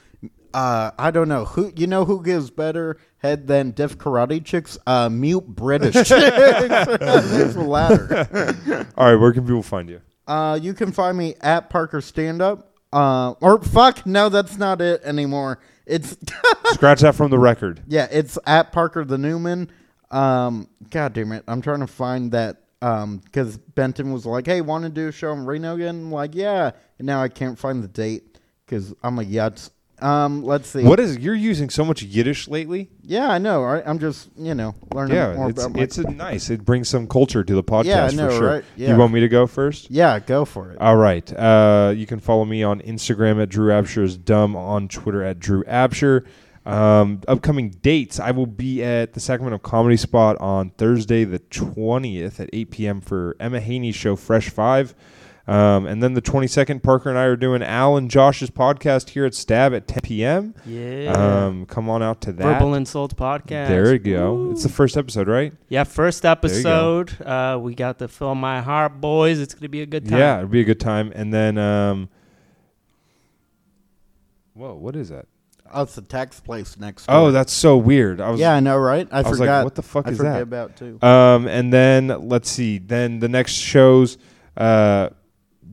Speaker 2: uh, I don't know who. You know who gives better head than deaf karate chicks? Uh, mute British chicks. There's the latter.
Speaker 1: All right, where can people find you?
Speaker 2: Uh, you can find me at Parker Stand Up. Uh, or fuck, no, that's not it anymore. It's
Speaker 1: Scratch that from the record.
Speaker 2: yeah, it's at Parker the Newman. Um, God damn it, I'm trying to find that. Um, because Benton was like, "Hey, want to do a show in Reno again?" I'm like, "Yeah," and now I can't find the date because I'm a yutz. Um, let's see.
Speaker 1: What is you're using so much Yiddish lately?
Speaker 2: Yeah, I know. Right? I'm just you know learning
Speaker 1: Yeah,
Speaker 2: more
Speaker 1: it's
Speaker 2: about my-
Speaker 1: it's a nice. It brings some culture to the podcast
Speaker 2: Yeah, I know,
Speaker 1: for sure.
Speaker 2: right? Yeah.
Speaker 1: You want me to go first?
Speaker 2: yeah. Go for it.
Speaker 1: All right. Uh, you can follow me on Instagram at Drew Absher's Dumb, on Twitter at Drew Absher. Um, upcoming dates I will be at the Sacramento Comedy Spot on Thursday, the 20th at 8 p.m. for Emma Haney's show, Fresh Five. Um, and then the 22nd, Parker and I are doing Al and Josh's podcast here at Stab at 10 p.m.
Speaker 3: Yeah.
Speaker 1: Um, come on out to that.
Speaker 3: Verbal Insult Podcast.
Speaker 1: There you go. It's the first episode, right?
Speaker 3: Yeah, first
Speaker 1: There you go.
Speaker 3: episode. Uh, we got the Fill My Heart Boys. It's going to be a good time.
Speaker 1: Yeah, it'd be a good time. And then, um, whoa, what is that?
Speaker 2: Oh, it's the tax place next. Door.
Speaker 1: Oh, that's so weird. I was
Speaker 2: Yeah, I know, right? I
Speaker 1: was
Speaker 2: forgot-
Speaker 1: Like, what the fuck
Speaker 2: I
Speaker 1: is
Speaker 2: forget
Speaker 1: that?
Speaker 2: about, too.
Speaker 1: Um, and then let's see. Then the next shows. Uh,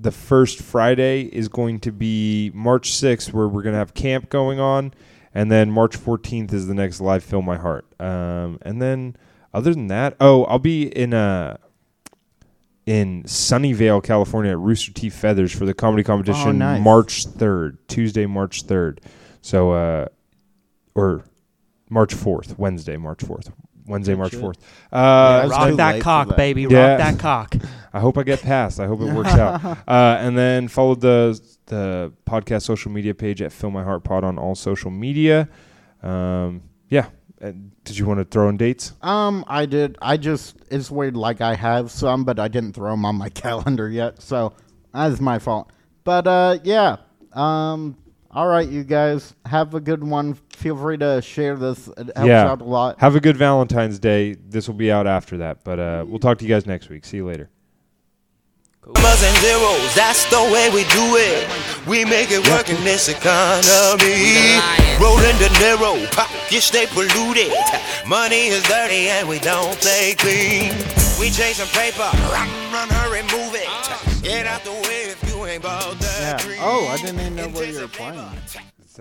Speaker 1: the first Friday is going to be March 6th, where we're gonna have camp going on, and then March 14th is the next live. Fill my heart. Um, and then other than that, oh, I'll be in uh in Sunnyvale, California, at Rooster Teeth Feathers for the comedy competition
Speaker 2: Oh, nice.
Speaker 1: March 3rd, Tuesday, March 3rd. So, uh, or March 4th, Wednesday, March 4th. Wednesday, March
Speaker 3: shit.
Speaker 1: 4th.
Speaker 3: Yeah,
Speaker 1: Uh,
Speaker 3: it's Rock too that late for cock, that. baby, rock that cock.
Speaker 1: I hope I get past. I hope it works out. Uh, and then follow the the podcast social media page at Fill My Heart Pod on all social media. Um, yeah. And did you want to throw in dates?
Speaker 2: Um, I did. I just it's weird. Like I have some, but I didn't throw them on my calendar yet, so that's my fault. But uh, yeah. Um, all right, you guys have a good one. Feel free to share this. It helps
Speaker 1: yeah.
Speaker 2: out a lot.
Speaker 1: Have a good Valentine's Day. This will be out after that, but uh, we'll talk to you guys next week. See you later.
Speaker 13: Numbers and zeros, that's the way we do it. We make it work in this economy. Rolling De Niro, pockets they polluted. Money is dirty and we don't play clean. We chasing paper, run, run, hurry, move it. Get out the way if you ain't bothered.
Speaker 2: Yeah. Oh, I didn't even know where you were playing.